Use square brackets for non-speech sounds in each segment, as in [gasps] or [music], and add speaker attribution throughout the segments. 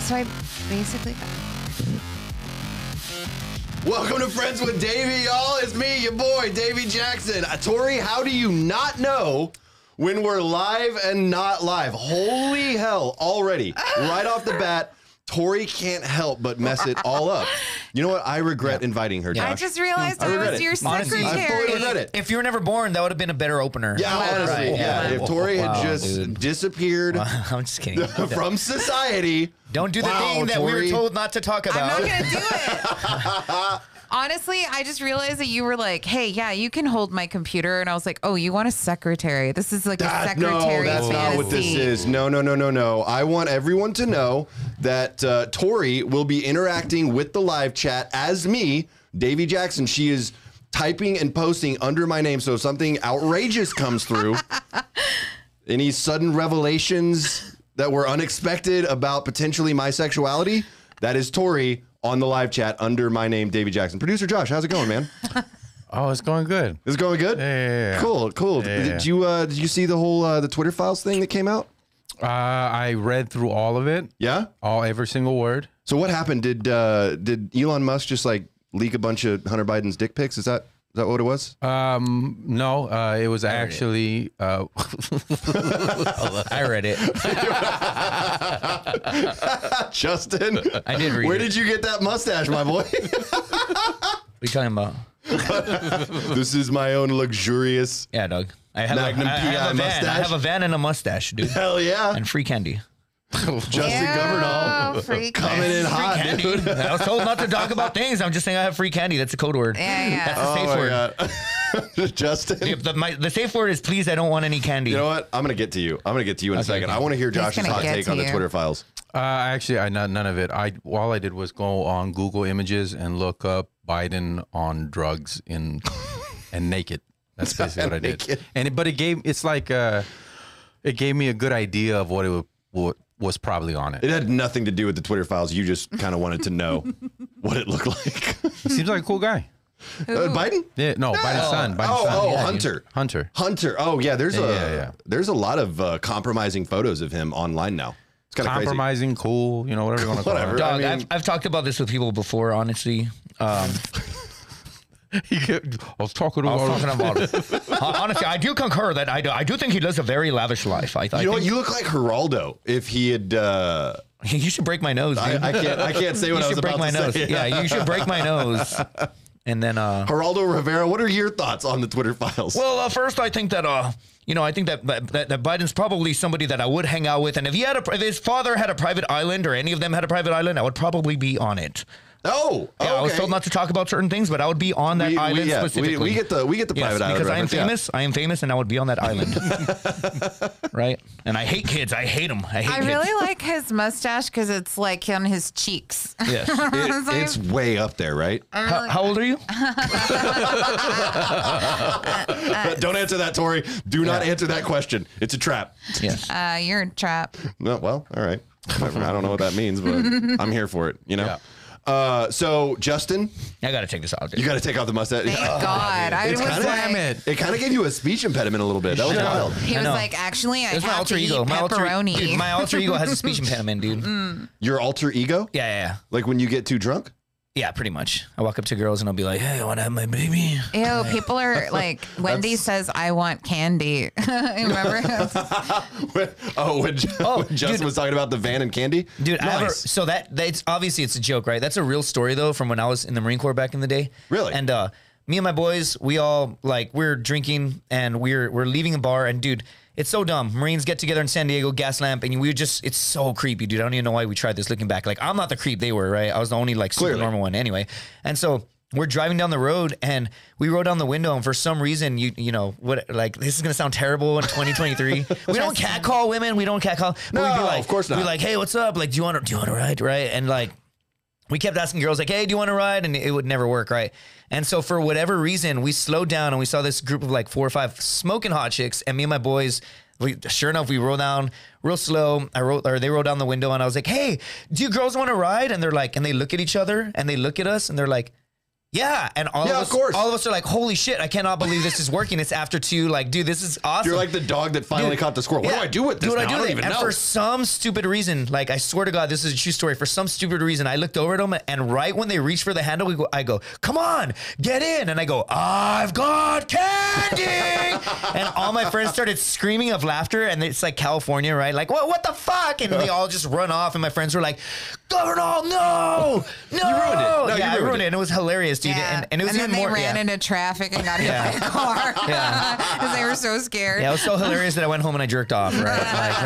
Speaker 1: so I basically got
Speaker 2: Welcome to Friends with Davey, y'all. It's me, your boy, Davey Jackson. Uh, Tori, how do you not know when we're live and not live? Holy hell, already, right off the bat, Tori can't help but mess it all up. You know what? I regret inviting her,
Speaker 1: I
Speaker 2: Josh.
Speaker 1: just realized
Speaker 2: I
Speaker 1: I,
Speaker 2: regret
Speaker 1: was
Speaker 2: it.
Speaker 1: your
Speaker 3: Honestly, I
Speaker 2: fully
Speaker 1: secretary.
Speaker 2: regret it.
Speaker 3: If you were never born, that would have been a better opener.
Speaker 2: yeah, honestly,
Speaker 3: Right.
Speaker 2: yeah. If Tori
Speaker 3: Wow,
Speaker 2: had just [laughs]
Speaker 3: dude. [laughs]
Speaker 2: disappeared
Speaker 3: I'm just kidding.
Speaker 2: [laughs] from society,
Speaker 3: Don't do the
Speaker 2: Wow,
Speaker 3: thing that we were
Speaker 2: Tori.
Speaker 3: told not to talk
Speaker 1: I'm
Speaker 3: about.
Speaker 1: not gonna do it.
Speaker 2: [laughs]
Speaker 1: Honestly, I just realized that you were like, "Hey, yeah, you can hold my computer," and I was like, "Oh, you want a secretary? This is like a
Speaker 2: God,
Speaker 1: secretary
Speaker 2: no, that's
Speaker 1: fantasy."
Speaker 2: not what this is. No, no, no, no, no. I want everyone to know that uh, Tori will be interacting with the live chat as me, Davy Jackson. She is typing and posting under my name, so if something outrageous comes through, any sudden revelations that were unexpected about potentially my sexuality, that is Tori on the live chat under my name, Davy Jackson. Producer Josh, how's it going, man?
Speaker 4: Oh, it's going good.
Speaker 2: Is it going good?
Speaker 4: yeah, yeah.
Speaker 2: Cool, cool.
Speaker 4: Yeah, yeah,
Speaker 2: Did you uh, did you see the whole uh, the Twitter files thing that came out?
Speaker 4: Uh, I read through all of it.
Speaker 2: Yeah.
Speaker 4: All every single word.
Speaker 2: So what happened? Did uh, did Elon Musk just like leak a bunch of Hunter Biden's dick pics? Is that is that what it was?
Speaker 3: Uh,
Speaker 4: Um, no, uh, it was actually uh,
Speaker 3: [laughs] I read it.
Speaker 2: [laughs] Justin,
Speaker 3: I did read
Speaker 2: where
Speaker 3: it.
Speaker 2: did you get that mustache, my
Speaker 3: [laughs]
Speaker 2: boy?
Speaker 3: What are you talking about?
Speaker 2: this is my own luxurious.
Speaker 3: Yeah, dog. I have, a, I,
Speaker 2: Magnum
Speaker 3: I have
Speaker 2: PI
Speaker 3: a van. I
Speaker 2: mustache.
Speaker 3: have a van and a mustache,
Speaker 2: [laughs]
Speaker 3: dude.
Speaker 2: Hell yeah,
Speaker 3: and free candy.
Speaker 2: Justin Governor
Speaker 1: Yeah, freak.
Speaker 2: coming in hot,
Speaker 3: candy.
Speaker 2: dude.
Speaker 3: [laughs] I was told not to talk about things. I'm just saying I have free candy. That's a code word.
Speaker 1: Yeah, yeah.
Speaker 3: That's the
Speaker 2: Oh
Speaker 3: safe
Speaker 2: my
Speaker 3: word.
Speaker 2: god, [laughs] Justin.
Speaker 3: Yep, The, my, the safe word is please. I don't want any candy.
Speaker 2: You know what? I'm gonna get to you. I'm gonna get to you in a second.
Speaker 3: okay.
Speaker 2: I want to hear Josh's
Speaker 1: gonna
Speaker 2: hot
Speaker 1: get
Speaker 2: take
Speaker 1: to
Speaker 2: on the
Speaker 1: you.
Speaker 2: Twitter files.
Speaker 4: uh, actually I not none of it. I all I did was go on Google Images and look up Biden on drugs
Speaker 2: [laughs]
Speaker 4: in and naked. That's basically what I did.
Speaker 2: Naked.
Speaker 4: And it, but it gave it's like uh, it gave me a good idea of what it would, what was probably on it.
Speaker 2: It had nothing to do with the Twitter files. You just kind of wanted to know what it looked like.
Speaker 4: It seems like a cool guy.
Speaker 2: Uh, Biden?
Speaker 4: Yeah, no, Biden's son. Biden's
Speaker 2: Oh,
Speaker 4: son.
Speaker 2: oh,
Speaker 4: Yeah, dude.
Speaker 2: Hunter.
Speaker 4: Hunter.
Speaker 2: Hunter. Oh yeah, there's a
Speaker 4: yeah, yeah.
Speaker 2: there's a lot of uh, compromising photos of him online now. It's kind of crazy.
Speaker 4: Compromising, cool, you know, whatever you want to call
Speaker 2: Whatever.
Speaker 4: it.
Speaker 3: Dog,
Speaker 2: I mean-
Speaker 3: I've, I've talked about this with people before, honestly. Um,
Speaker 4: He kept- I was talking to
Speaker 3: I was
Speaker 4: all-
Speaker 3: talking about it. [laughs] Hon- honestly, I do concur that I do, I do think he lives a very lavish life. I, I
Speaker 2: You know what?
Speaker 3: think
Speaker 2: You look like Geraldo if he had. Uh,
Speaker 3: you should break my nose.
Speaker 2: I,
Speaker 3: dude.
Speaker 2: I can't. I can't say what
Speaker 3: [laughs] you
Speaker 2: I was
Speaker 3: should break
Speaker 2: about
Speaker 3: my
Speaker 2: to
Speaker 3: nose.
Speaker 2: say.
Speaker 3: Yeah, you should break my nose. And then, uh,
Speaker 2: [laughs] Geraldo Rivera. What are your thoughts on the Twitter files?
Speaker 3: well, uh, first I think that uh, you know, I think that, that that Biden's probably somebody that I would hang out with, and if he had a, pri- if his father had a private island or any of them had a private island, I would probably be on it.
Speaker 2: oh,
Speaker 3: Yeah, I was
Speaker 2: okay.
Speaker 3: told not to talk about certain things, but I would be on that
Speaker 2: We- we-
Speaker 3: island
Speaker 2: yeah, we-
Speaker 3: specifically.
Speaker 2: we get the- we get the private island
Speaker 3: because I am
Speaker 2: reference, yeah.
Speaker 3: famous. I am famous, and I would be on that island,
Speaker 2: [laughs]
Speaker 3: right? And I hate kids. I hate them. I hate.
Speaker 1: I
Speaker 3: kids.
Speaker 1: really like his mustache because it's like on his cheeks. [laughs]
Speaker 3: Yes.
Speaker 2: [laughs] It-
Speaker 1: It's like-
Speaker 2: it's way up there, right?
Speaker 3: how, how old are you?
Speaker 2: Don't answer that, Tori. Do not answer that question. It's a trap.
Speaker 3: Yes.
Speaker 1: Uh, you're a trap.
Speaker 2: No, well, all right. Whatever. I don't know what that means, but
Speaker 3: [laughs]
Speaker 2: I'm here for it. You know. Uh, so Justin,
Speaker 3: I gotta take this out. Dude.
Speaker 2: you got to take off the mustache.
Speaker 1: Thank God. I
Speaker 2: It's
Speaker 1: was
Speaker 2: kinda-
Speaker 1: like,
Speaker 4: Damn it.
Speaker 2: It kind of gave you a speech impediment a little bit. That was wild.
Speaker 1: He
Speaker 3: I
Speaker 1: was
Speaker 3: know.
Speaker 1: like, actually, I
Speaker 3: It's my
Speaker 1: have
Speaker 3: alter
Speaker 1: to
Speaker 3: ego.
Speaker 1: eat
Speaker 3: My
Speaker 2: e-
Speaker 3: alter,
Speaker 1: pepperoni. Mm.
Speaker 3: dude, my alter ego has a
Speaker 1: [laughs]
Speaker 3: speech impediment, dude.
Speaker 2: Your alter ego?
Speaker 3: Yeah, yeah, yeah.
Speaker 2: Like when you get too drunk? [laughs]
Speaker 3: Yeah, pretty much. I walk up to girls and I'll be like, "Hey, I want to have my baby."
Speaker 1: Ew, people are
Speaker 3: [laughs]
Speaker 1: like, Wendy says, I want candy. [laughs]
Speaker 3: [laughs]
Speaker 1: Remember?
Speaker 2: oh, when,
Speaker 3: Oh,
Speaker 2: when Justin
Speaker 3: dude.
Speaker 2: was talking about the van and candy?
Speaker 3: Dude, I have a-
Speaker 2: nice.
Speaker 3: so that that's obviously it's a joke, right? That's a real story though from when I was in the Marine Corps back in the day.
Speaker 2: Really?
Speaker 3: And uh me and my boys, we all like we're drinking and we're we're leaving a bar and dude, it's so dumb. Marines get together in San Diego, gas lamp, and we would just it's so creepy, dude. I don't even know why we tried this looking back. Like I'm not the creep they were, right? I was the only like super
Speaker 2: Clearly.
Speaker 3: normal one anyway. And so we're driving down the road and we rolled down the window and for some reason you you know what like this is gonna sound terrible
Speaker 2: [laughs]
Speaker 3: in 2023 we don't catcall women we don't catcall but we'd
Speaker 2: No,
Speaker 3: be like
Speaker 2: of course not.
Speaker 3: we'd like hey what's up like do you want to do you want to ride right and like we kept asking girls like hey do you want to ride and it would never work right and so for whatever reason we slowed down and we saw this group of like four or five smoking hot chicks and me and my boys we, sure enough we roll down real slow i roll or they roll down the window and i was like hey do you girls want to ride and they're like and they look at each other and they look at us and they're like Yeah, and all
Speaker 2: Yeah,
Speaker 3: of
Speaker 2: of
Speaker 3: us,
Speaker 2: course.
Speaker 3: all of us are like, "Holy shit! I cannot believe this is working." It's after two, like, dude, this is awesome.
Speaker 2: You're like the dog that finally
Speaker 3: Dude,
Speaker 2: caught the squirrel. What do
Speaker 3: yeah,
Speaker 2: I do with this?
Speaker 3: Dude,
Speaker 2: now? I,
Speaker 3: with
Speaker 2: don't
Speaker 3: it?
Speaker 2: even
Speaker 3: and
Speaker 2: know.
Speaker 3: for some stupid reason, like I swear to God, this is a true story. For some stupid reason, I looked over at them, and right when they reached for the handle, we go, I go, "Come on, get in!" And I go, "I've
Speaker 2: [laughs]
Speaker 3: got candy!" and all my friends started screaming of laughter, and it's like California, right? Like, what? What the fuck? And they all just run off, and my friends were like, "Governor, no, no!" you
Speaker 2: ruined it. No, you
Speaker 3: yeah, I
Speaker 2: ruined
Speaker 3: ruined
Speaker 2: it.
Speaker 3: it. and it was hilarious, dude. And, and it was
Speaker 1: then
Speaker 3: even
Speaker 1: they
Speaker 3: more.
Speaker 1: ran
Speaker 3: yeah.
Speaker 1: into traffic and got hit
Speaker 3: Yeah.
Speaker 1: by a car
Speaker 3: [laughs]
Speaker 1: [laughs]
Speaker 3: Yeah.
Speaker 1: because they were so scared.
Speaker 3: Yeah, it was so hilarious that I went home and I jerked off. Right? Like,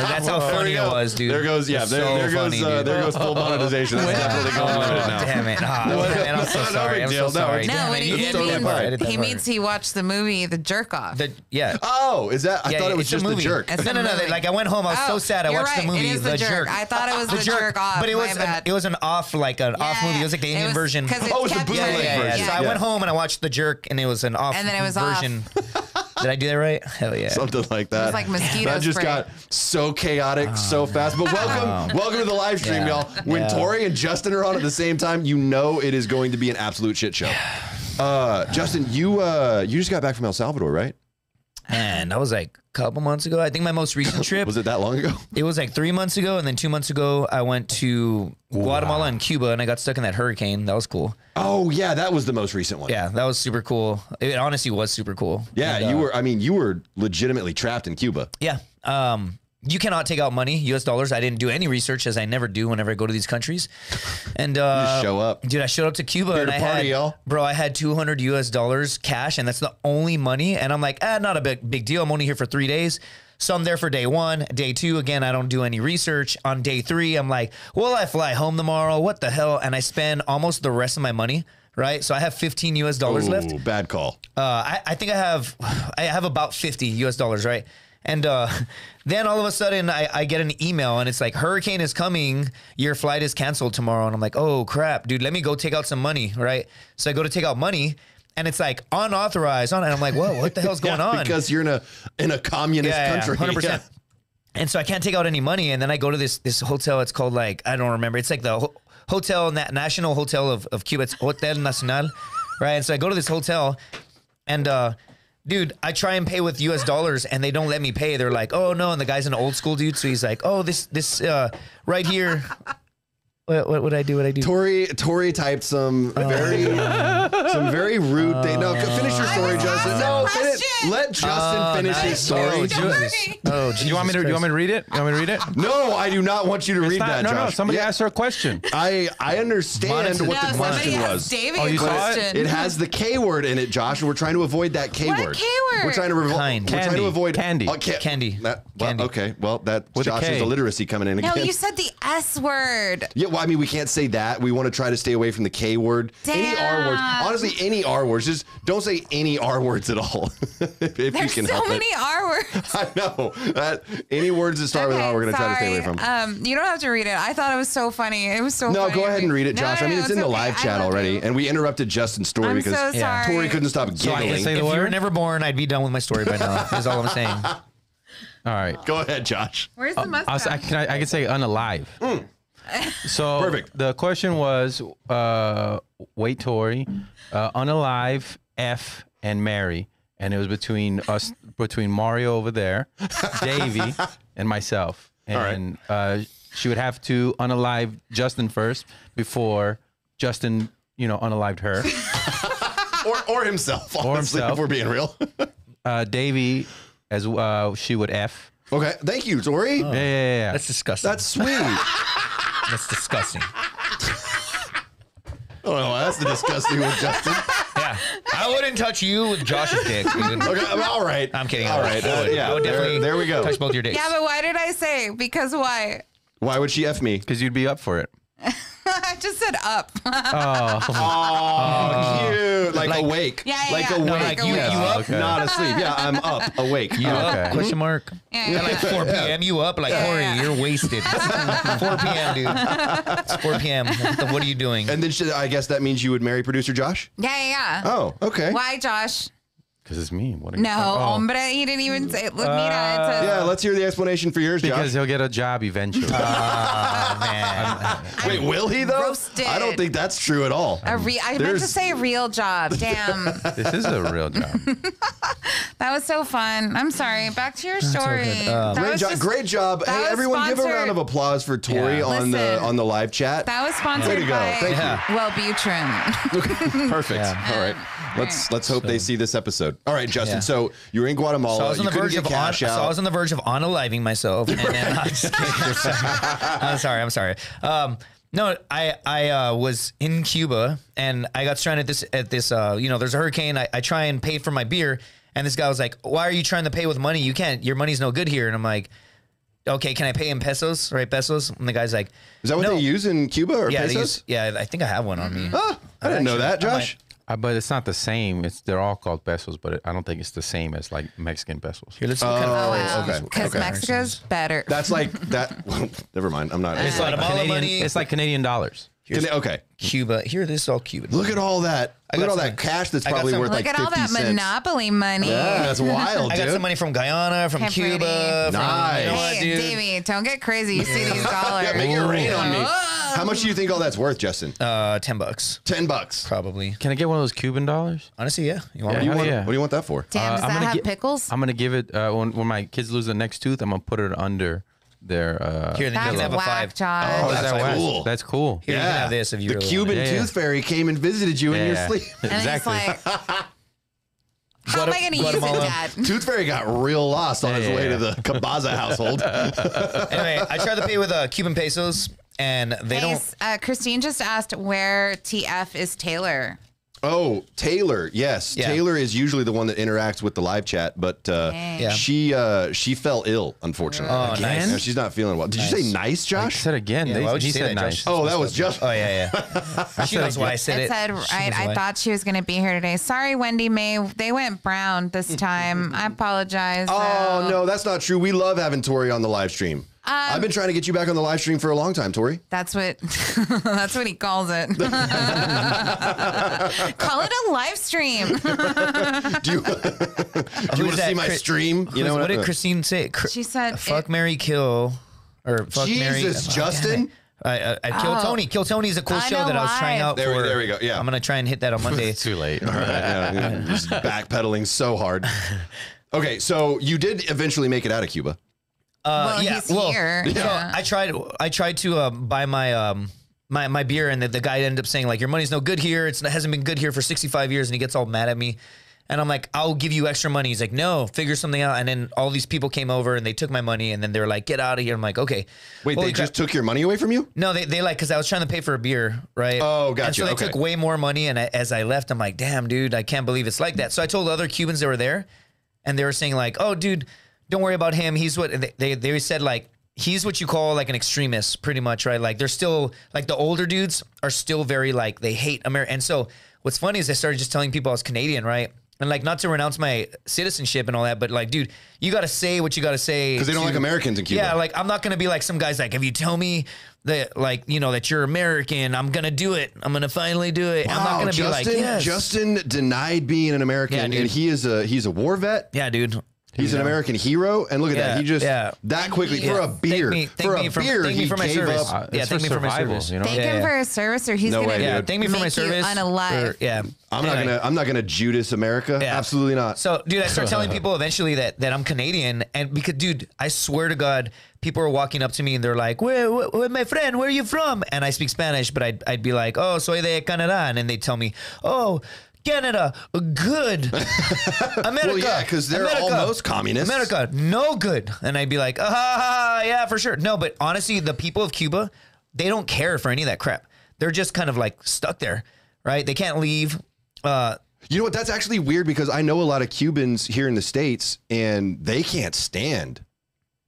Speaker 3: that's how
Speaker 2: There we
Speaker 3: funny it
Speaker 2: go.
Speaker 3: was, dude.
Speaker 2: There goes yeah.
Speaker 3: It's
Speaker 2: There,
Speaker 3: so
Speaker 2: there goes
Speaker 3: funny,
Speaker 2: uh,
Speaker 3: dude.
Speaker 2: there goes full
Speaker 3: [laughs]
Speaker 2: monetization. That's definitely going limited
Speaker 3: Oh,
Speaker 2: now.
Speaker 3: damn it! Ah,
Speaker 2: No,
Speaker 3: damn it. I'm so
Speaker 2: no, no
Speaker 3: sorry.
Speaker 2: big
Speaker 3: I'm
Speaker 2: deal.
Speaker 3: so
Speaker 2: No,
Speaker 3: sorry.
Speaker 2: it's-
Speaker 1: No,
Speaker 3: Damn
Speaker 1: what
Speaker 3: it,
Speaker 1: he,
Speaker 3: you
Speaker 1: he
Speaker 3: edit that
Speaker 1: means,
Speaker 3: part, edit that
Speaker 1: he
Speaker 3: part.
Speaker 1: means he watched the movie The Jerk Off.
Speaker 3: The- yeah.
Speaker 2: Oh, is that? I
Speaker 3: Yeah,
Speaker 2: thought it was
Speaker 3: it's a
Speaker 2: just the
Speaker 3: movie.
Speaker 2: jerk.
Speaker 1: It's
Speaker 3: no,
Speaker 1: a
Speaker 3: no, no.
Speaker 1: movie.
Speaker 3: Like I went home. I was
Speaker 1: Oh,
Speaker 3: so sad. I
Speaker 1: you're
Speaker 3: watched the
Speaker 1: right. It
Speaker 3: movie
Speaker 1: is The Jerk. I thought it was The Jerk Off.
Speaker 3: but it
Speaker 1: My
Speaker 3: was an,
Speaker 1: bad.
Speaker 3: it was an off like an off
Speaker 1: Yeah.
Speaker 3: movie. It was like the Indian
Speaker 1: was-
Speaker 3: version.
Speaker 1: 'cause it
Speaker 2: Oh, it was a
Speaker 1: kept
Speaker 2: bootleg
Speaker 3: yeah,
Speaker 1: going.
Speaker 3: yeah, yeah.
Speaker 2: version.
Speaker 3: So I
Speaker 2: Yeah.
Speaker 3: went home and I watched The Jerk, and it was an off
Speaker 1: And then it was off.
Speaker 3: version. Did I do that right? Hell yeah.
Speaker 2: Something like that.
Speaker 1: like mosquito
Speaker 2: That just
Speaker 1: spray.
Speaker 2: got so chaotic so fast. But
Speaker 3: [laughs]
Speaker 2: welcome, welcome to the live stream,
Speaker 3: Oh, Yeah.
Speaker 2: y'all. When
Speaker 3: Yeah.
Speaker 2: Tori and Justin are on at the same time, you know it is going to be an absolute shit show. Uh, Justin, you uh, you just got back from El Salvador, right?
Speaker 3: Man, that was like a couple months ago. I think my most recent trip
Speaker 2: Was it that long ago?
Speaker 3: [laughs] It was like three months ago, and then two months ago, I went to Guatemala and Cuba, and I got stuck in that hurricane. That was cool.
Speaker 2: Oh yeah, that was the most recent one.
Speaker 3: Yeah, that was super cool. It honestly was super cool.
Speaker 2: Yeah,
Speaker 3: And, uh,
Speaker 2: you were. I mean, you were legitimately trapped in Cuba.
Speaker 3: Yeah. Um, you cannot take out money, U.S. dollars. I didn't do any research, as I never do whenever I go to these countries. And uh,
Speaker 2: just show up.
Speaker 3: dude. I showed up to Cuba and
Speaker 2: to
Speaker 3: I
Speaker 2: party,
Speaker 3: had,
Speaker 2: y'all.
Speaker 3: bro. I had 200 U.S. dollars cash, and that's the only money. And I'm like, ah, not a big big deal. I'm only here for three days. So I'm there for day one, day two. Again, I don't do any research. On day three, I'm like, well, I fly home tomorrow. What the hell? And I spend almost the rest of my money. Right, so I have 15 U.S. dollars left.
Speaker 2: Ooh, bad call.
Speaker 3: Uh, I, I think I have I have about 50 US dollars, right? And uh, [laughs] then all of a sudden I, I get an email and it's like hurricane is coming, your flight is canceled tomorrow. And I'm like, oh crap, dude, let me go take out some money, right? So I go to take out money and it's like unauthorized on and I'm like, whoa, what the hell's
Speaker 2: [laughs]
Speaker 3: going
Speaker 2: Yeah,
Speaker 3: on?
Speaker 2: Because you're in a in a communist
Speaker 3: Yeah, yeah,
Speaker 2: country. [laughs]
Speaker 3: 100%.
Speaker 2: Yeah.
Speaker 3: [laughs] and so I can't take out any money. And then I go to this this hotel. It's called like I don't remember. It's like the ho- hotel Na- National Hotel of of Cuba. It's Hotel Nacional, right? And so I go to this hotel, and uh, dude, I try and pay with U.S. dollars, and they don't let me pay. They're like, oh no. And the guy's an old school dude, so he's like, oh this this uh, right
Speaker 4: [laughs]
Speaker 3: here. What what would I do? What I do?
Speaker 2: Tori Tori typed some
Speaker 1: [laughs]
Speaker 2: very some very rude thing. No, c- finish your story,
Speaker 1: was
Speaker 2: Justin.
Speaker 1: asking
Speaker 2: No,
Speaker 1: a
Speaker 2: finish,
Speaker 1: question.
Speaker 2: let Justin finish his
Speaker 3: Oh,
Speaker 2: story.
Speaker 1: Don't
Speaker 3: Jesus.
Speaker 1: worry.
Speaker 3: Oh, Jesus
Speaker 4: [laughs] You want me to? You want me to read it? You want me to read it?
Speaker 2: No, I do not want you to [laughs] read
Speaker 4: Stop.
Speaker 2: that,
Speaker 4: no,
Speaker 2: Josh.
Speaker 4: no. Somebody
Speaker 2: Yeah,
Speaker 4: asked her a question.
Speaker 2: I I understand
Speaker 4: Monitor-
Speaker 2: what
Speaker 1: No,
Speaker 2: the
Speaker 1: somebody
Speaker 2: question
Speaker 1: asked
Speaker 2: was.
Speaker 1: David
Speaker 4: Oh,
Speaker 1: a
Speaker 4: you saw it?
Speaker 1: question.
Speaker 2: It has the K word in it, Josh, and we're trying to avoid that K
Speaker 1: What
Speaker 2: word.
Speaker 1: K word?
Speaker 2: We're trying to revo-
Speaker 3: Kind.
Speaker 2: We're trying to
Speaker 4: Candy.
Speaker 2: avoid
Speaker 4: Candy.
Speaker 2: Oh, ca-
Speaker 3: Candy.
Speaker 2: That- well,
Speaker 3: Candy.
Speaker 2: Okay. Well, that
Speaker 4: With a
Speaker 2: Josh's
Speaker 4: K.
Speaker 2: illiteracy coming in
Speaker 1: No,
Speaker 2: again.
Speaker 1: you said the S word.
Speaker 2: Yeah, well, I mean, we can't say that. We want to try to stay away from the K word. Any R words.
Speaker 1: Damn.
Speaker 2: Honestly, any R words. Just don't say any R words at all. [laughs] if you
Speaker 1: There's
Speaker 2: can
Speaker 1: so
Speaker 2: help
Speaker 1: many
Speaker 2: it.
Speaker 1: R words.
Speaker 2: [laughs] I know. That, any words that start with an
Speaker 1: Okay,
Speaker 2: R, we're going to try to stay
Speaker 1: sorry.
Speaker 2: away from.
Speaker 1: Um, you don't have to read it. I thought it was so funny. It was so.
Speaker 2: no,
Speaker 1: funny
Speaker 2: go
Speaker 1: to
Speaker 2: ahead and read it,
Speaker 1: No,
Speaker 2: Josh.
Speaker 1: no,
Speaker 2: I mean,
Speaker 1: no,
Speaker 2: it's, in the
Speaker 1: okay.
Speaker 2: live
Speaker 1: I
Speaker 2: chat
Speaker 1: love
Speaker 2: already,
Speaker 1: you.
Speaker 2: and we interrupted Justin's story
Speaker 1: I'm so
Speaker 2: because
Speaker 1: sorry.
Speaker 2: Tori couldn't stop
Speaker 4: I can
Speaker 2: giggling.
Speaker 4: say
Speaker 3: If
Speaker 4: the
Speaker 3: you were
Speaker 4: word?
Speaker 3: never born, I'd be done with my story by now. is all I'm
Speaker 4: [laughs]
Speaker 3: saying.
Speaker 4: All right.
Speaker 2: go ahead,
Speaker 1: [laughs]
Speaker 2: Josh.
Speaker 1: Where's the
Speaker 4: I, was- I
Speaker 1: mustache?
Speaker 4: can I, I can say unalive. So
Speaker 2: Perfect.
Speaker 4: The question was, uh, wait, Tori, uh, unalive, F, and Mary, and it was between us, between Mario
Speaker 2: [laughs]
Speaker 4: over there, Davey, and myself. And uh, she would have to unalive Justin first before Justin, you know, unalived her.
Speaker 2: Or, or himself, honestly, if
Speaker 4: himself.
Speaker 2: we're being real.
Speaker 4: Uh, Davey, as uh, she would F.
Speaker 2: okay. Thank you, Tori.
Speaker 4: Yeah, yeah, yeah, yeah.
Speaker 3: That's disgusting.
Speaker 2: That's sweet.
Speaker 1: [laughs]
Speaker 2: oh,
Speaker 3: that's disgusting.
Speaker 2: no, Oh, that's the disgusting one,
Speaker 1: [laughs]
Speaker 2: Justin.
Speaker 3: Yeah, I wouldn't touch you with Josh's dick. dude.
Speaker 2: Okay, all right.
Speaker 3: I'm kidding.
Speaker 2: All right.
Speaker 3: I
Speaker 2: uh,
Speaker 3: would,
Speaker 2: yeah,
Speaker 3: I would
Speaker 2: there-
Speaker 3: definitely
Speaker 2: there we go.
Speaker 3: touch both your dicks.
Speaker 1: yeah, but why did I say? Because why? [laughs]
Speaker 2: Why would she F me?
Speaker 4: Because you'd be up for it.
Speaker 1: I just said up. [laughs]
Speaker 2: Oh, cute. Like,
Speaker 3: Like-
Speaker 2: awake.
Speaker 1: Yeah, yeah,
Speaker 2: like
Speaker 1: yeah.
Speaker 2: awake.
Speaker 1: No,
Speaker 3: like you-
Speaker 2: yeah.
Speaker 3: you up?
Speaker 4: Okay.
Speaker 2: Not asleep. Yeah, I'm
Speaker 3: [laughs]
Speaker 2: up. Awake.
Speaker 3: you
Speaker 2: Uh,
Speaker 3: up?
Speaker 4: Okay.
Speaker 3: Question mark.
Speaker 1: Yeah, yeah,
Speaker 3: At like 4 p.m. You up? Like
Speaker 1: Yeah,
Speaker 3: Corey,
Speaker 1: yeah.
Speaker 3: you're
Speaker 1: [laughs]
Speaker 3: wasted. 4 p.m. Dude, it's 4 p.m. What, the- what are you doing?
Speaker 2: And then should, I guess that means you would marry producer Josh?
Speaker 1: yeah, yeah. yeah.
Speaker 2: Oh, okay.
Speaker 1: Why, Josh?
Speaker 4: Because it's me. What a
Speaker 1: No, um,
Speaker 4: Oh.
Speaker 1: hombre, he didn't even say it. Look, mira, it says,
Speaker 2: Yeah, let's hear the explanation for yours,
Speaker 4: Oh. Because
Speaker 2: Josh.
Speaker 4: he'll get a job eventually.
Speaker 2: Wait, will he though?
Speaker 1: Roasted.
Speaker 2: I don't think that's true at all.
Speaker 1: a re- I meant to
Speaker 2: There's-
Speaker 1: say real job. Damn.
Speaker 4: [laughs]
Speaker 2: [laughs]
Speaker 4: this is a real job.
Speaker 1: that was so fun. I'm sorry. Back to your story. that
Speaker 2: Great,
Speaker 1: was
Speaker 2: jo-
Speaker 1: just-
Speaker 2: great job.
Speaker 1: that
Speaker 2: Hey,
Speaker 1: was
Speaker 2: everyone, give a
Speaker 1: sponsored-
Speaker 2: round of applause for Tori
Speaker 4: Yeah.
Speaker 2: on the
Speaker 1: Listen.
Speaker 2: on the live chat.
Speaker 1: That was
Speaker 2: Way
Speaker 1: sponsored
Speaker 2: to go.
Speaker 1: by
Speaker 2: Thank
Speaker 1: Wellbutrin.
Speaker 3: [laughs]
Speaker 2: you. [laughs] Perfect.
Speaker 3: Yeah.
Speaker 2: All right. Let's let's hope they see this episode. All right, Justin.
Speaker 3: Yeah.
Speaker 2: So you were in Guatemala.
Speaker 3: So I was on
Speaker 2: you
Speaker 3: the
Speaker 2: couldn't
Speaker 3: verge
Speaker 2: get
Speaker 3: of on,
Speaker 2: cash
Speaker 3: so
Speaker 2: out.
Speaker 3: I was on the verge of unaliving myself, and then I'm, just
Speaker 2: [laughs]
Speaker 3: kidding. I'm sorry, I'm sorry. Um, no, I I uh, was in Cuba and I got stranded at this at this uh, you know there's a hurricane. I, I try and pay for my beer, and this guy was like, "Why are you trying to pay with money? You can't. Your money's no good here." And I'm like, "Okay, can I pay in pesos? Right, pesos?" And the guy's like,
Speaker 2: Is that what
Speaker 3: "No."
Speaker 2: they use in Cuba or
Speaker 3: Yeah, they
Speaker 2: pesos?
Speaker 3: use- yeah, I think I have one on me.
Speaker 2: Huh? I didn't know
Speaker 3: Actually,
Speaker 2: that,
Speaker 3: I might-
Speaker 2: Josh.
Speaker 4: [laughs] Uh, but it's not the same. It's they're all called pesos, but it, I don't think it's the same as like Mexican pesos.
Speaker 3: Here, let's look kind of
Speaker 2: Oh, okay,
Speaker 1: Because
Speaker 2: okay.
Speaker 1: Um, Mexico's better. [laughs]
Speaker 2: That's like that. never mind. I'm not.
Speaker 3: It's like- Guatemala
Speaker 4: Canadian,
Speaker 3: money.
Speaker 4: It's like Canadian dollars.
Speaker 2: Can- okay.
Speaker 3: Cuba. Here, this is all Cuban.
Speaker 2: Look at all that.
Speaker 3: I
Speaker 2: Look at
Speaker 3: got
Speaker 2: all
Speaker 3: some-
Speaker 2: that cash that's
Speaker 3: I got
Speaker 2: probably
Speaker 3: some-
Speaker 2: worth
Speaker 1: Look
Speaker 2: like
Speaker 1: at all
Speaker 2: 50
Speaker 1: that
Speaker 2: cents.
Speaker 1: monopoly money. [laughs]
Speaker 2: Yeah, that's wild,
Speaker 3: I
Speaker 2: dude.
Speaker 3: got some money from Guyana, from
Speaker 1: Camp
Speaker 3: Cuba.
Speaker 1: Verde.
Speaker 3: From, You know
Speaker 1: Hey,
Speaker 3: what, dude?
Speaker 1: Davey, don't get crazy. You see these dollars.
Speaker 2: [laughs] Yeah, make it rain on me.
Speaker 1: Whoa.
Speaker 2: How much do you think all that's worth, Justin?
Speaker 3: Uh, ten bucks,
Speaker 2: Ten bucks.
Speaker 3: probably.
Speaker 4: Can I get one of those Cuban dollars?
Speaker 3: Honestly, yeah. You want one?
Speaker 4: Yeah,
Speaker 2: You
Speaker 4: hell
Speaker 2: want-
Speaker 4: yeah.
Speaker 2: What do you want that for?
Speaker 1: Damn, does
Speaker 4: Uh, I'm
Speaker 1: that
Speaker 4: gonna
Speaker 1: have
Speaker 4: gi-
Speaker 1: pickles?
Speaker 4: I'm gonna give it uh, when when my kids lose the next tooth. I'm gonna put it under their. Uh,
Speaker 3: Here, then you
Speaker 1: That's
Speaker 3: can have a
Speaker 1: whack,
Speaker 3: five.
Speaker 1: Josh.
Speaker 2: Oh,
Speaker 4: is
Speaker 2: that's
Speaker 4: that wax?
Speaker 2: cool.
Speaker 4: That's cool.
Speaker 3: Here, you can have this if you
Speaker 2: the
Speaker 3: really
Speaker 2: Cuban
Speaker 4: Yeah, yeah.
Speaker 2: tooth fairy came and visited you in your
Speaker 4: Yeah.
Speaker 2: sleep. [laughs]
Speaker 1: and
Speaker 4: exactly.
Speaker 1: then he's like, how am I going to use it,
Speaker 3: Guatemala.
Speaker 1: Dad?
Speaker 2: tooth fairy got real lost on his
Speaker 4: yeah,
Speaker 2: way
Speaker 4: yeah.
Speaker 2: to the Cabaza household.
Speaker 3: [laughs] want. [laughs] anyway, I tried to pay with uh, Cuban pesos, and they
Speaker 1: Thanks. Uh, Christine just asked where TF is Taylor.
Speaker 2: oh, Taylor. Yes,
Speaker 3: Yeah.
Speaker 2: Taylor is usually the one that interacts with the live chat, but uh,
Speaker 1: Dang.
Speaker 3: Yeah.
Speaker 2: she uh, she fell ill, unfortunately.
Speaker 3: Oh, Again? nice.
Speaker 2: Yeah, she's not feeling well. Did you say nice,
Speaker 4: I
Speaker 2: Josh?
Speaker 4: said again.
Speaker 3: Yeah,
Speaker 4: they,
Speaker 3: why would you
Speaker 4: he
Speaker 3: say
Speaker 4: said
Speaker 3: that,
Speaker 4: nice.
Speaker 3: Josh?
Speaker 2: Oh, that was just.
Speaker 3: don't. Oh yeah,
Speaker 2: [laughs]
Speaker 3: yeah. she knows why I said
Speaker 1: It
Speaker 3: it.
Speaker 1: said,
Speaker 3: She knows
Speaker 1: right, I
Speaker 3: why.
Speaker 1: thought she was going to be here today. Sorry, Wendy May. They went brown
Speaker 2: [laughs]
Speaker 1: this time. I apologize. Uh,
Speaker 2: Oh
Speaker 1: though.
Speaker 2: no, that's not true. We love having Tori on the live stream.
Speaker 3: Um,
Speaker 2: I've been trying to get you back on the live stream for a long time, Tori.
Speaker 1: That's what [laughs] that's what he calls
Speaker 2: [laughs]
Speaker 1: it. [laughs] Call it a live stream.
Speaker 2: Do you, [laughs]
Speaker 3: [laughs]
Speaker 2: do you
Speaker 3: Who's
Speaker 2: want to
Speaker 3: that
Speaker 2: see my
Speaker 3: Chris-
Speaker 2: stream? You
Speaker 3: Who's- what did
Speaker 2: uh,
Speaker 3: Christine say? Cr-
Speaker 1: She said
Speaker 3: "Fuck
Speaker 1: uh, it-
Speaker 3: Mary Kill," or "Fuck Mary."
Speaker 2: Jesus,
Speaker 3: Oh, [laughs]
Speaker 2: Justin.
Speaker 3: I, I, I kill Tony. Kill Tony is a cool
Speaker 1: Oh. I
Speaker 3: show
Speaker 1: know
Speaker 3: that I was trying
Speaker 1: why.
Speaker 3: out
Speaker 2: There we-
Speaker 3: for.
Speaker 2: there we go, yeah.
Speaker 3: I'm gonna try and hit that
Speaker 2: [laughs]
Speaker 3: on Monday.
Speaker 4: Too late.
Speaker 2: Yeah, yeah, just backpedaling so
Speaker 3: [laughs]
Speaker 2: hard. Okay, so you did eventually make it out of Cuba.
Speaker 1: well,
Speaker 3: Uh, yeah,
Speaker 1: he's
Speaker 3: well,
Speaker 1: here.
Speaker 3: [laughs] So I tried. I tried to uh, buy my um my my beer, and the, the guy ended up saying like, "Your money's no good here. It's, it hasn't been good here for 65 years," and he gets all mad at me. And I'm like, "I'll give you extra money." He's like, "No, figure something out." And then all these people came over and they took my money, and then they were like, "Get out of here." I'm like, "Okay."
Speaker 2: Wait,
Speaker 3: Holy
Speaker 2: they
Speaker 3: crap.
Speaker 2: just took your money away from you?
Speaker 3: No, they, they like because I was trying to pay for a beer, right?
Speaker 2: Oh,
Speaker 3: And
Speaker 2: gotcha,
Speaker 3: so they
Speaker 2: okay.
Speaker 3: took way more money, and I, as I left, I'm like, damn, dude, I can't believe it's like that. So I told other Cubans that were there, and they were saying like, oh, dude, don't worry about him. He's what and they they, they said like he's what you call like an extremist, pretty much, right? Like they're still like the older dudes are still very like they hate America. And so what's funny is I started just telling people I was Canadian, right? And like not to renounce my citizenship and all that, but like, dude, you gotta say what you gotta say.
Speaker 2: Because they don't
Speaker 3: to-
Speaker 2: like Americans in Cuba.
Speaker 3: yeah, like I'm not gonna be like some guys like if you tell me that like you know that you're American, I'm gonna do it. I'm gonna finally do it. I'm not
Speaker 2: Wow,
Speaker 3: gonna
Speaker 2: Justin,
Speaker 3: be like yes.
Speaker 2: Justin denied being an American,
Speaker 3: Yeah, dude.
Speaker 2: and he is a he's a war vet.
Speaker 3: yeah, dude.
Speaker 2: He's an American hero, and look at that.
Speaker 3: Yeah,
Speaker 2: He just
Speaker 3: yeah.
Speaker 2: that quickly for
Speaker 3: Yeah.
Speaker 2: a beer,
Speaker 3: Thank me- thank
Speaker 2: for
Speaker 3: me
Speaker 2: a
Speaker 3: for-
Speaker 2: beer,
Speaker 3: thank me
Speaker 2: he
Speaker 3: for my
Speaker 2: gave
Speaker 3: service.
Speaker 2: up.
Speaker 4: Uh, it's
Speaker 3: Yeah,
Speaker 4: for
Speaker 3: thank me for my
Speaker 4: survival,
Speaker 3: service.
Speaker 4: You know.
Speaker 1: Thank
Speaker 3: Yeah,
Speaker 1: him
Speaker 3: yeah.
Speaker 1: for his service or he's
Speaker 2: No
Speaker 1: gonna
Speaker 2: way,
Speaker 3: Yeah,
Speaker 2: dude.
Speaker 3: thank me for my
Speaker 1: Make you
Speaker 3: service.
Speaker 1: unalive.
Speaker 3: Or- yeah,
Speaker 2: I'm not
Speaker 3: Anyway.
Speaker 2: gonna I'm not gonna Judas America.
Speaker 3: Yeah.
Speaker 2: Absolutely not.
Speaker 3: [laughs] So, dude, I start telling people eventually that that I'm Canadian, and because, dude, I swear to God, people are walking up to me and they're like, "Where, where, where- my friend? Where are you from?" And I speak Spanish, but I'd, I'd be like, "Oh, soy de Canada," and then they tell me, "Oh." Canada,
Speaker 2: [laughs]
Speaker 3: good. America.
Speaker 2: yeah, 'cause they're almost communists.
Speaker 3: America, no good. And I'd be like, ah, ha, ha, ha, yeah, for sure. No, but honestly, the people of Cuba, they don't care for any of that crap. They're just kind of like stuck there, right? They can't leave. Uh,
Speaker 2: You know what? That's actually weird because I know a lot of Cubans here in the States and they can't stand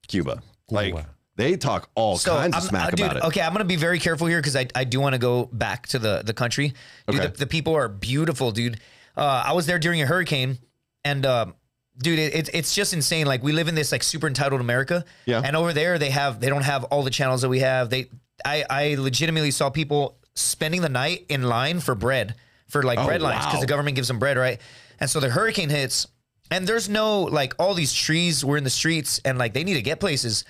Speaker 2: Cuba. Like they talk all kinds of
Speaker 3: I'm-
Speaker 2: smack
Speaker 3: uh, dude,
Speaker 2: about it.
Speaker 3: Okay, I'm gonna be very careful here because I, I do want to go back to the the country. Dude,
Speaker 2: Okay.
Speaker 3: the, the people are beautiful, dude. Uh, I was there during a hurricane, and um, dude, it, it, it's just insane. Like we live in this like super entitled America,
Speaker 2: Yeah.
Speaker 3: And over there, they have they don't have all the channels that we have. They I I legitimately saw people spending the night in line for bread for like bread lines because
Speaker 2: wow.
Speaker 3: the government gives them bread, right? And so the hurricane hits, and there's no like all these trees were in the streets, and like they need to get places.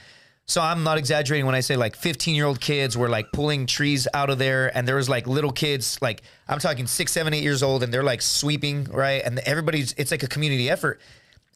Speaker 3: So I'm not exaggerating when I say like 15 year old kids were like pulling trees out of there, and there was like little kids, like I'm talking six, seven, eight years old, and they're like sweeping, right? And everybody's it's like a community effort.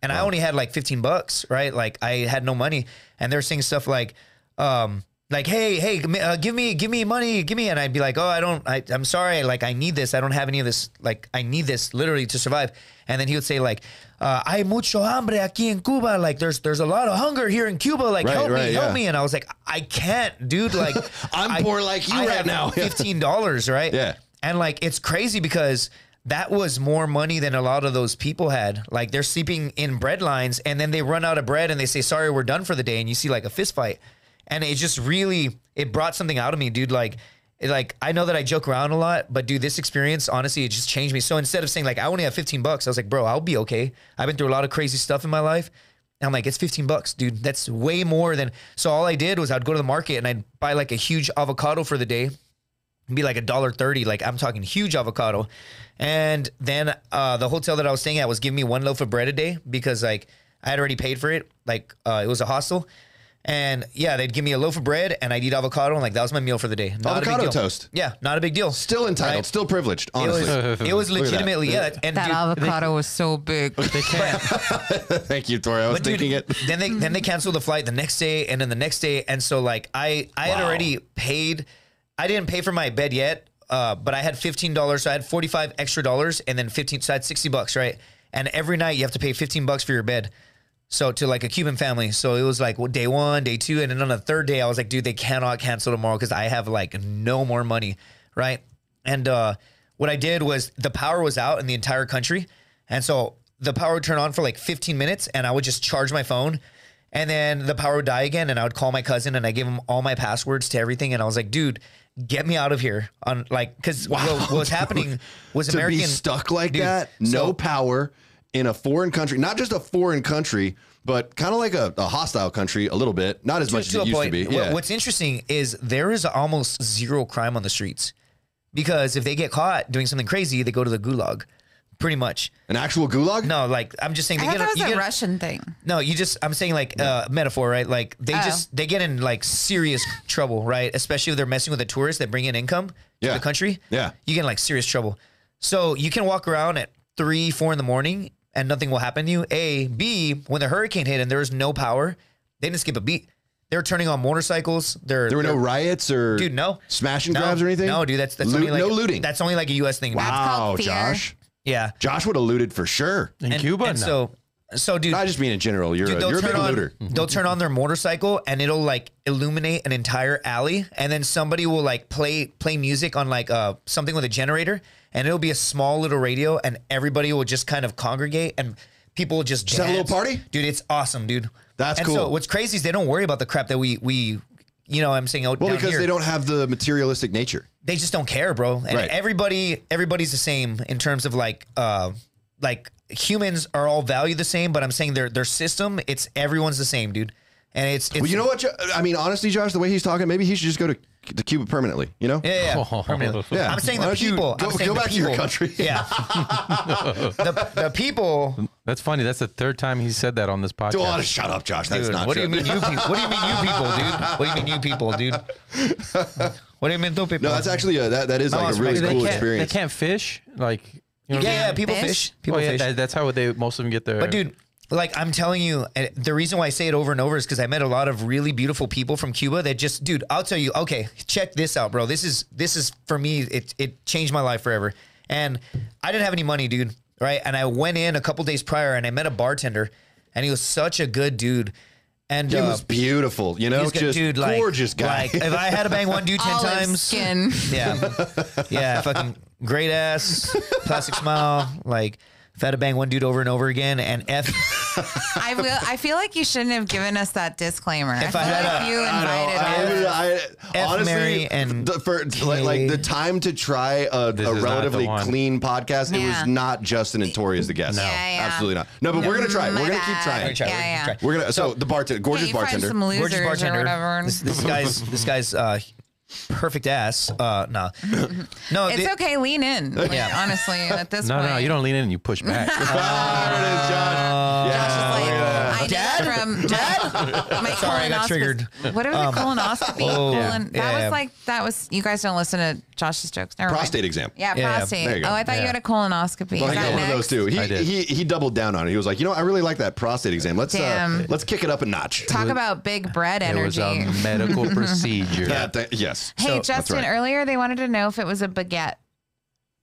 Speaker 3: And I only had like 15 bucks, right? Like I had no money, and they're saying stuff like, um, like hey, hey, m- uh, give me, give me money, give me, and I'd be like, oh, I don't, I, I'm sorry, like I need this, I don't have any of this, like I need this literally to survive. And then he would say like, uh, hay mucho hambre aquí en Cuba, like there's there's a lot of hunger here in Cuba, like
Speaker 2: Right,
Speaker 3: help
Speaker 2: right,
Speaker 3: me, help
Speaker 2: yeah.
Speaker 3: me, and I was like, I can't, dude, like
Speaker 2: [laughs] I'm
Speaker 3: I-
Speaker 2: poor like you
Speaker 3: I
Speaker 2: right
Speaker 3: had
Speaker 2: now.
Speaker 3: fifteen dollars, right?
Speaker 2: Yeah.
Speaker 3: And like it's crazy because that was more money than a lot of those people had. Like they're sleeping in bread lines and then they run out of bread and they say, sorry, we're done for the day. And you see like a fist fight. And it just really it brought something out of me, dude. Like it- like I know that I joke around a lot, but dude, this experience honestly it just changed me. So instead of saying like I only have 15 bucks, I was like, bro, I'll be okay. I've been through a lot of crazy stuff in my life. And I'm like, it's 15 bucks, dude. That's way more than. So all I did was I'd go to the market and I'd buy like a huge avocado for the day be like a dollar thirty. Like I'm talking huge avocado. And then uh, the hotel that I was staying at was giving me one loaf of bread a day because like I had already paid for it. Like uh, it was a hostel. And yeah, they'd give me a loaf of bread and I'd eat avocado and like that was my meal for the day. Not a big
Speaker 2: Avocado
Speaker 3: deal.
Speaker 2: toast.
Speaker 3: Yeah, not a big deal.
Speaker 2: Still entitled,
Speaker 3: Right.
Speaker 2: still privileged,
Speaker 3: It
Speaker 2: honestly.
Speaker 3: was, [laughs] it was
Speaker 2: Look at that.
Speaker 3: legitimately yeah. And
Speaker 1: That
Speaker 3: dude,
Speaker 1: avocado was so big.
Speaker 4: They can't.
Speaker 2: Thank you, Tori. I was
Speaker 3: But dude,
Speaker 2: thinking it.
Speaker 3: then they then
Speaker 2: [laughs]
Speaker 3: they canceled the flight the next day and then the next day and so like I I had already paid I didn't pay for my bed yet uh but I had fifteen dollars so I had forty five extra dollars and then fifteen so I had sixty bucks right and every night you have to pay fifteen bucks for your bed so to like a Cuban family so it was like well, day one day two and then on the third day I was like dude they cannot cancel tomorrow because I have like no more money right and uh what I did was the power was out in the entire country and so the power would turn on for like 15 minutes and I would just charge my phone. And then the power would die again. And I would call my cousin and I gave him all my passwords to everything. And I was like, dude, get me out of here. On like, cause what, what was happening was
Speaker 2: to
Speaker 3: American
Speaker 2: be stuck like
Speaker 3: Dude,
Speaker 2: that,
Speaker 3: so-
Speaker 2: no power in a foreign country, not just a foreign country, but kind of like a, a hostile country a little bit, not as much as
Speaker 3: to
Speaker 2: it
Speaker 3: a
Speaker 2: used to
Speaker 3: point.
Speaker 2: be.
Speaker 3: What-
Speaker 2: Yeah.
Speaker 3: What's interesting is there is almost zero crime on the streets because if they get caught doing something crazy, they go to the gulag pretty much.
Speaker 2: An actual gulag?
Speaker 3: No, like I'm just saying,
Speaker 1: I
Speaker 3: they
Speaker 1: thought
Speaker 3: get,
Speaker 1: that was
Speaker 3: you
Speaker 1: a
Speaker 3: get-
Speaker 1: Russian thing.
Speaker 3: No, you just I'm saying like uh, metaphor, right? Like they
Speaker 1: Oh.
Speaker 3: just they get in like serious trouble, right? Especially if they're messing with the tourists that bring in income to
Speaker 2: Yeah.
Speaker 3: the country.
Speaker 2: Yeah.
Speaker 3: You get in like serious trouble. So you can walk around at three, four in the morning and nothing will happen to you. A, B, when the hurricane hit and there was no power, they didn't skip a beat. They were turning on motorcycles. They're,
Speaker 2: There were no riots or
Speaker 3: dude, no.
Speaker 2: smash and
Speaker 3: no,
Speaker 2: grabs or anything?
Speaker 3: No, dude, that's that's
Speaker 2: Loot-
Speaker 3: only like
Speaker 2: no looting.
Speaker 3: That's only like a US thing. dude.
Speaker 2: wow,
Speaker 1: called fear.
Speaker 2: Josh.
Speaker 3: Yeah.
Speaker 2: Josh would have looted for sure.
Speaker 4: In
Speaker 3: And-
Speaker 4: Cuba,
Speaker 3: and
Speaker 4: no.
Speaker 3: so so dude
Speaker 2: I just mean in general. You're
Speaker 3: Dude,
Speaker 2: a,
Speaker 3: they'll
Speaker 2: you're a
Speaker 3: turn
Speaker 2: big
Speaker 3: on,
Speaker 2: looter.
Speaker 3: They'll turn on their motorcycle and it'll like illuminate an entire alley, and then somebody will like play play music on like uh something with a generator, and it'll be a small little radio, and everybody will just kind of congregate and. People will just
Speaker 2: have a
Speaker 3: dance.
Speaker 2: little party?
Speaker 3: dude. It's awesome, dude.
Speaker 2: That's
Speaker 3: and So
Speaker 2: cool.
Speaker 3: what's crazy is they don't worry about the crap that we we, you know, I'm saying. Out
Speaker 2: Well,
Speaker 3: down
Speaker 2: because
Speaker 3: here
Speaker 2: they don't have the materialistic nature.
Speaker 3: they just don't care, bro. And
Speaker 2: Right.
Speaker 3: everybody everybody's the same in terms of like uh like humans are all valued the same, but I'm saying their their system, it's everyone's the same, dude. And it's, it's
Speaker 2: Well, you know what? Jo- I mean, honestly, Josh, the way he's talking, maybe he should just go to, to Cuba permanently, you know?
Speaker 3: [laughs] yeah, yeah, yeah, permanently.
Speaker 2: Yeah.
Speaker 3: Oh, I'm saying
Speaker 2: Why
Speaker 3: the
Speaker 2: don't you
Speaker 3: people.
Speaker 2: go-
Speaker 3: I'm saying
Speaker 2: go
Speaker 3: the
Speaker 2: back to your
Speaker 3: people.
Speaker 2: country.
Speaker 3: [laughs] Yeah, the, the people.
Speaker 4: That's funny. That's the third time he said that on this podcast.
Speaker 2: Oh, shut up, Josh. That's
Speaker 3: Dude,
Speaker 2: not
Speaker 3: what
Speaker 2: true.
Speaker 3: do you mean you people? What do you mean you people, dude? What do you mean you people, dude?
Speaker 2: [laughs]
Speaker 3: What do you mean you people?
Speaker 2: No, that's actually a, that, that is like
Speaker 3: it's
Speaker 2: a
Speaker 3: right.
Speaker 2: really
Speaker 4: they,
Speaker 2: cool
Speaker 4: can't,
Speaker 2: experience.
Speaker 4: they can't fish. Like, you know what I
Speaker 3: yeah,
Speaker 4: mean?
Speaker 3: yeah, people
Speaker 1: Fish?
Speaker 3: fish.
Speaker 4: Oh,
Speaker 3: People
Speaker 4: yeah,
Speaker 3: fish.
Speaker 4: that- that's how they most of them get their.
Speaker 3: But dude, like I'm telling you, and the reason why I say it over and over is because I met a lot of really beautiful people from Cuba that just, dude, I'll tell you, okay, check this out, bro. This is this is for me. It it changed my life forever. And I didn't have any money, dude. Right. And I went in a couple days prior and I met a bartender, and he was such a good dude. And
Speaker 2: He
Speaker 3: uh,
Speaker 2: was beautiful, you know,
Speaker 3: he's good,
Speaker 2: just
Speaker 3: dude, like-
Speaker 2: gorgeous guy.
Speaker 3: Like, if I had to bang one dude ten
Speaker 1: Olive
Speaker 3: times,
Speaker 1: skin.
Speaker 3: yeah. Yeah. Fucking great ass, plastic smile. Like, if I had to bang one dude over and over again, and F
Speaker 1: I will. I feel like you shouldn't have given us that disclaimer. I
Speaker 3: If
Speaker 1: feel
Speaker 3: I had
Speaker 1: like
Speaker 3: a-
Speaker 1: you
Speaker 2: [laughs] I
Speaker 1: invited us.
Speaker 2: know. I, I,
Speaker 3: F
Speaker 2: honestly,
Speaker 3: Mary and
Speaker 2: the, for like, like the time to try a,
Speaker 4: This
Speaker 2: a
Speaker 4: is not the
Speaker 2: relatively
Speaker 4: one.
Speaker 2: clean podcast, it
Speaker 1: Yeah.
Speaker 2: was not Justin and Tori as the guest.
Speaker 1: No. Yeah, yeah.
Speaker 2: absolutely not. No, but we're gonna try.
Speaker 1: My
Speaker 2: We're gonna keep
Speaker 1: bad.
Speaker 2: trying.
Speaker 3: try, we're gonna
Speaker 1: Yeah, yeah.
Speaker 3: try.
Speaker 2: We're gonna. So the bartender,
Speaker 1: Hey,
Speaker 2: [laughs] gorgeous
Speaker 1: you find
Speaker 2: bartender.
Speaker 1: some losers or whatever.
Speaker 3: This, this guy's this guy's uh, perfect ass. Uh, no, no,
Speaker 1: It's
Speaker 3: the-
Speaker 1: okay. Lean in. Like,
Speaker 3: Yeah.
Speaker 1: Honestly, at this
Speaker 4: No,
Speaker 1: point.
Speaker 4: no, you don't lean in and you
Speaker 3: [laughs]
Speaker 4: push back.
Speaker 2: Ah, there it is, Josh.
Speaker 1: Uh, Josh is like,
Speaker 2: Oh, Yeah,
Speaker 1: I
Speaker 3: Dad?
Speaker 1: Dad? from Dad? My, my
Speaker 3: Sorry, I got
Speaker 1: colonoscopy-
Speaker 3: triggered. Um,
Speaker 1: What are the colonoscopy?
Speaker 3: oh,
Speaker 1: Colon- that
Speaker 3: yeah,
Speaker 1: was
Speaker 3: yeah.
Speaker 1: like that was. You guys don't listen to Josh's jokes. Never
Speaker 2: prostate
Speaker 1: Mind.
Speaker 2: exam.
Speaker 1: Yeah,
Speaker 3: Yeah, yeah.
Speaker 1: prostate.
Speaker 2: There you go.
Speaker 1: Oh, I thought you
Speaker 3: Yeah.
Speaker 1: had a colonoscopy.
Speaker 2: Well,
Speaker 1: Is that
Speaker 2: he got one of
Speaker 1: next?
Speaker 2: those too. He,
Speaker 4: I did.
Speaker 2: he he doubled down on it. He was like, you know, I really like that prostate exam. Let's uh,
Speaker 1: Damn.
Speaker 2: let's kick it up a notch.
Speaker 1: Talk about big bread
Speaker 4: It was
Speaker 1: energy.
Speaker 3: [laughs]
Speaker 4: a medical procedure.
Speaker 2: Yeah, Uh, th- yes.
Speaker 1: hey,
Speaker 3: So-
Speaker 1: Justin.
Speaker 2: um, right.
Speaker 1: Earlier, they wanted to know if it was a baguette,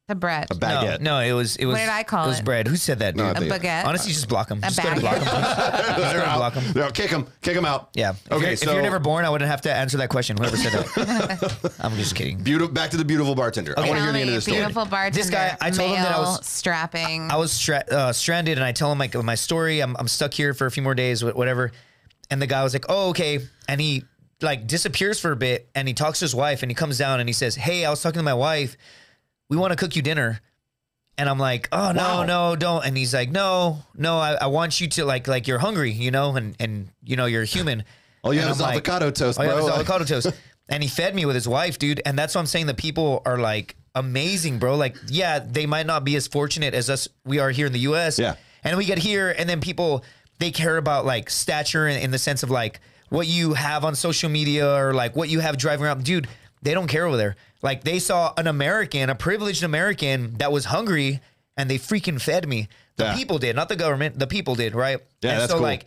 Speaker 1: a bread,
Speaker 2: A baguette.
Speaker 3: No, no, it was it was.
Speaker 1: did I call
Speaker 3: it? Was
Speaker 1: it?
Speaker 3: bread? Who said that? Dude?
Speaker 2: No, I
Speaker 1: a
Speaker 2: think-
Speaker 1: baguette.
Speaker 3: Honestly, just block them.
Speaker 1: A
Speaker 3: Just go to
Speaker 1: bag.
Speaker 3: block them.
Speaker 2: [laughs] They're out.
Speaker 3: block 'em.
Speaker 2: They're out. Kick him. Kick him out.
Speaker 3: Yeah. If
Speaker 2: Okay.
Speaker 3: You're,
Speaker 2: so
Speaker 3: if you're never born, I wouldn't have to answer that question. Whoever said that.
Speaker 1: [laughs]
Speaker 3: I'm just kidding.
Speaker 2: beautiful. Back to the beautiful bartender. I want to
Speaker 1: Tell
Speaker 2: hear the end
Speaker 1: me,
Speaker 2: of this story.
Speaker 1: beautiful bartender.
Speaker 3: This guy- I told him that I
Speaker 1: male,
Speaker 3: was-
Speaker 1: strapping.
Speaker 3: I was stra- uh, stranded, and I tell him like my story. I'm, I'm stuck here for a few more days, wh- whatever. And the guy was like, "Oh, okay." And he like disappears for a bit, and he talks to his wife, and he comes down, and he says, "Hey, I was talking to my wife. We want to cook you dinner." And I'm like, "Oh no,
Speaker 2: Wow.
Speaker 3: no, don't." And he's like, "No, no, I, I want you to like like you're hungry, you know, and and you know you're human."
Speaker 2: All you
Speaker 3: And
Speaker 2: have is
Speaker 3: I'm like-
Speaker 2: avocado toast,
Speaker 3: Oh, yeah, it
Speaker 2: bro.
Speaker 3: was avocado toast. And he fed me with his wife, dude. And that's what I'm saying. The people are like amazing, bro. Like, yeah, they might not be as fortunate as us we are here in the US.
Speaker 2: Yeah.
Speaker 3: And we get here, and then people they care about like stature in, in the sense of like what you have on social media or like what you have driving around. Dude, they don't care over there. Like they saw an American, a privileged American that was hungry and they freaking fed me. The
Speaker 2: Yeah.
Speaker 3: people did, not the government. The people did, right?
Speaker 2: Yeah,
Speaker 3: and
Speaker 2: that's
Speaker 3: so
Speaker 2: cool.
Speaker 3: like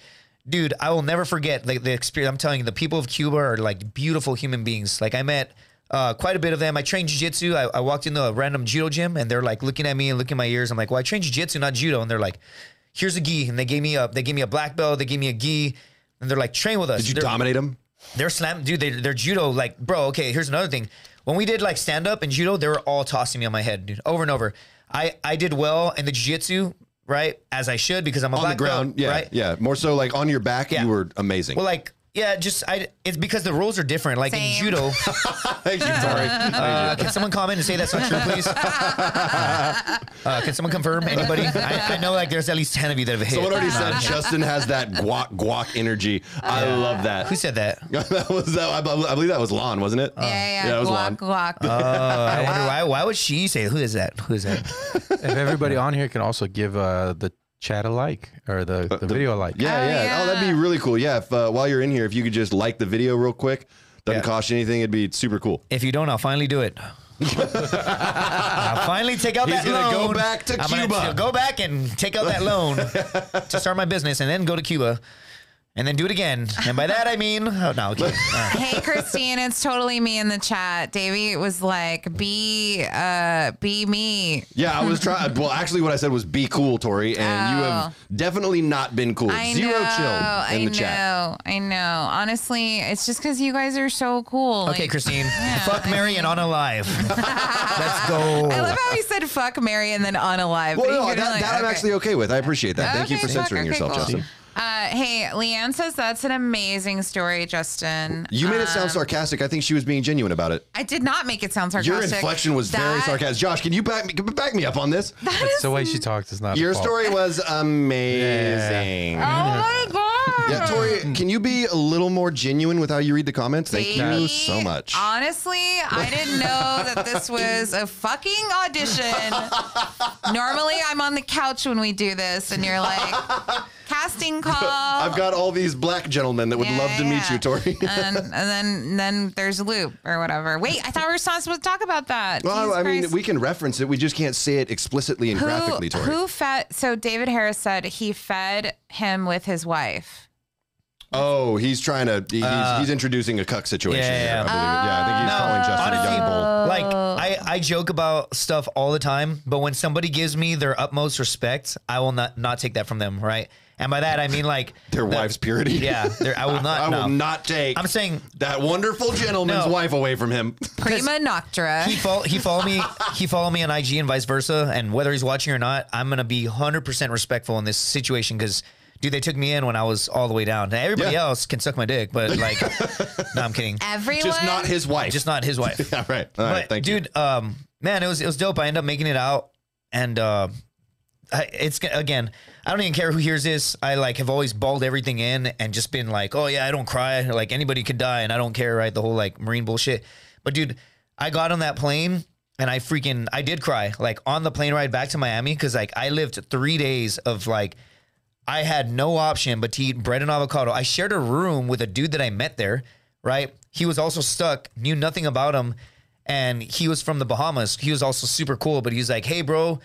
Speaker 3: dude, I will never forget like the experience. I'm telling you, the people of Cuba are like beautiful human beings. Like I met uh, quite a bit of them. I trained jiu-jitsu. I, I walked into a random judo gym and they're like looking at me and looking at my ears. I'm like, well, I trained jiu-jitsu, not judo. And they're like, here's a gi. And they gave me a, they gave me a black belt. They gave me a gi. And they're like, train with us.
Speaker 2: Did you
Speaker 3: They're-
Speaker 2: dominate him?
Speaker 3: they're slam, dude. They, they're judo, like, bro. Okay, here's another thing. When we did like stand up and judo, they were all tossing me on my head, dude, over and over. I I did well in the jiu-jitsu, right, as I should because I'm a
Speaker 2: On
Speaker 3: black
Speaker 2: the ground.
Speaker 3: belt,
Speaker 2: yeah.
Speaker 3: right?
Speaker 2: Yeah. More so like on your back,
Speaker 3: Yeah.
Speaker 2: you were amazing.
Speaker 3: Well, like, yeah, just I. It's because the rules are different. Like in
Speaker 1: Same.
Speaker 3: judo,
Speaker 2: Thank you, Tori.
Speaker 3: [laughs]
Speaker 2: Thank you.
Speaker 3: uh, can someone comment and say that's not true, please? Uh, can someone confirm? Anybody? I, I know like there's at least ten of you that have hit.
Speaker 2: Someone already
Speaker 3: [laughs]
Speaker 2: said
Speaker 3: Uh,
Speaker 2: Justin has that guac guac energy. I love that.
Speaker 3: Who said that?
Speaker 2: [laughs] that was that. I, bel- I believe that was Lon, wasn't it?
Speaker 1: yeah, yeah,
Speaker 2: that
Speaker 1: yeah.
Speaker 2: was
Speaker 1: Guac,
Speaker 2: Lon.
Speaker 1: guac.
Speaker 3: Uh, I wonder why. Why would she say who is that? Who is that?
Speaker 4: If everybody on here can also give uh, the chat a like or the,
Speaker 3: Uh,
Speaker 4: the, video a like.
Speaker 2: Yeah,
Speaker 1: Oh,
Speaker 2: yeah, Oh, that'd be
Speaker 1: yeah.
Speaker 2: really cool. Yeah, if, uh, while you're in here, if you could just like the video real quick, doesn't
Speaker 3: Yeah.
Speaker 2: cost you anything. It'd be super cool.
Speaker 3: If you don't, I'll finally
Speaker 2: [laughs]
Speaker 3: do it. I'll finally take out
Speaker 2: He's
Speaker 3: that
Speaker 2: gonna
Speaker 3: loan.
Speaker 2: go back to
Speaker 3: I'm gonna
Speaker 2: Cuba.
Speaker 3: Go back and take out that loan to start my business, and then go to Cuba, and then do it again. And by that I mean, oh no, okay.
Speaker 1: hey Christine, it's totally me in the chat. Davey was like, "Be, uh, be me."
Speaker 2: Yeah, I was trying. well, actually, what I said was be cool, Tori, and you have definitely not been cool.
Speaker 1: Oh. I
Speaker 2: Zero
Speaker 1: know,
Speaker 2: chill in
Speaker 1: I
Speaker 2: the chat.
Speaker 1: know, I know. Honestly, it's just because you guys are so cool.
Speaker 3: Okay,
Speaker 1: like-
Speaker 3: Christine. Fuck Mary and on
Speaker 1: [laughs]
Speaker 3: alive. Let's [laughs] go.
Speaker 1: I love how he said "fuck Mary" and then unalive. but he
Speaker 2: Well, no,
Speaker 1: could've
Speaker 2: that,
Speaker 1: like-
Speaker 2: that I'm
Speaker 1: okay.
Speaker 2: actually okay with. I appreciate that. Thank you
Speaker 1: Okay,
Speaker 2: for
Speaker 1: fuck,
Speaker 2: censoring
Speaker 1: okay,
Speaker 2: yourself,
Speaker 1: cool.
Speaker 2: Justin.
Speaker 1: Uh, hey, Leanne says that's an amazing story, Justin.
Speaker 2: You made it
Speaker 1: Um,
Speaker 2: sound sarcastic. I think she was being genuine about it.
Speaker 1: I did not make it sound sarcastic.
Speaker 2: Your inflection was very
Speaker 1: That-
Speaker 2: sarcastic. Josh, can you back me, back me up on this?
Speaker 4: That's the way she talks. It's not her
Speaker 2: Your
Speaker 4: fault.
Speaker 2: story was amazing.
Speaker 1: Oh my god!
Speaker 2: Yeah, Tori,
Speaker 1: Oh.
Speaker 2: can you be a little more genuine with how you read the comments? Thank you
Speaker 1: Baby,
Speaker 2: so much.
Speaker 1: Honestly, I didn't know that this
Speaker 2: [laughs]
Speaker 1: was a fucking audition. Normally, I'm on the couch when we do this, and you're like, casting call.
Speaker 2: [laughs] I've got all these black gentlemen that would
Speaker 1: Yeah,
Speaker 2: love to
Speaker 1: yeah,
Speaker 2: meet you, Tori.
Speaker 1: yeah. and, and then and then there's Loop or whatever. Wait, I thought we were not supposed to talk about that.
Speaker 2: well,
Speaker 1: Jesus
Speaker 2: I mean,
Speaker 1: Christ.
Speaker 2: we can reference it. We just can't say it explicitly and graphically, Tori.
Speaker 1: who fed? So David Harris said he fed him with his wife.
Speaker 2: Oh, he's trying to. he- He's, he's introducing a cuck situation.
Speaker 3: Uh, yeah, yeah. uh,
Speaker 2: Here, I believe. it. Yeah, I think he's calling Justin a young bull.
Speaker 3: Like I, I joke about stuff all the time, but when somebody gives me their utmost respect, I will not not take that from them, right? And by that I mean like
Speaker 2: Their
Speaker 3: the-
Speaker 2: wife's purity.
Speaker 3: [laughs] Yeah, there- I will not.
Speaker 2: I
Speaker 3: no.
Speaker 2: will not take.
Speaker 3: I'm saying
Speaker 2: that wonderful gentleman's
Speaker 3: No.
Speaker 2: wife away
Speaker 1: [laughs]
Speaker 2: from him.
Speaker 1: Prima noctra.
Speaker 3: he follow he follow me he follow me on IG and vice versa. And whether he's watching or not, I'm gonna be hundred percent respectful in this situation because. Dude, they took me in when I was all the way down. Now, everybody
Speaker 2: Yeah.
Speaker 3: else can suck my dick, but like, [laughs] no, I'm kidding.
Speaker 1: Everyone.
Speaker 2: Just not his wife.
Speaker 3: Just not his wife.
Speaker 2: yeah, right. [laughs] All right.
Speaker 3: But,
Speaker 2: Thank you.
Speaker 3: dude, um, man, it was it was dope. I ended up making it out, and uh, I, it's g- again, I don't even care who hears this. I like have always balled everything in and just been like, oh yeah, I don't cry. Like anybody could die, and I don't care. Right, the whole like marine bullshit. But dude, I got on that plane and I freaking I did cry like on the plane ride back to Miami because like I lived three days of like I had no option but to eat bread and avocado. I shared a room with a dude that I met there, right? He was also stuck, knew nothing about him, and he was from the Bahamas. He was also super cool, but he was like, "Hey, bro."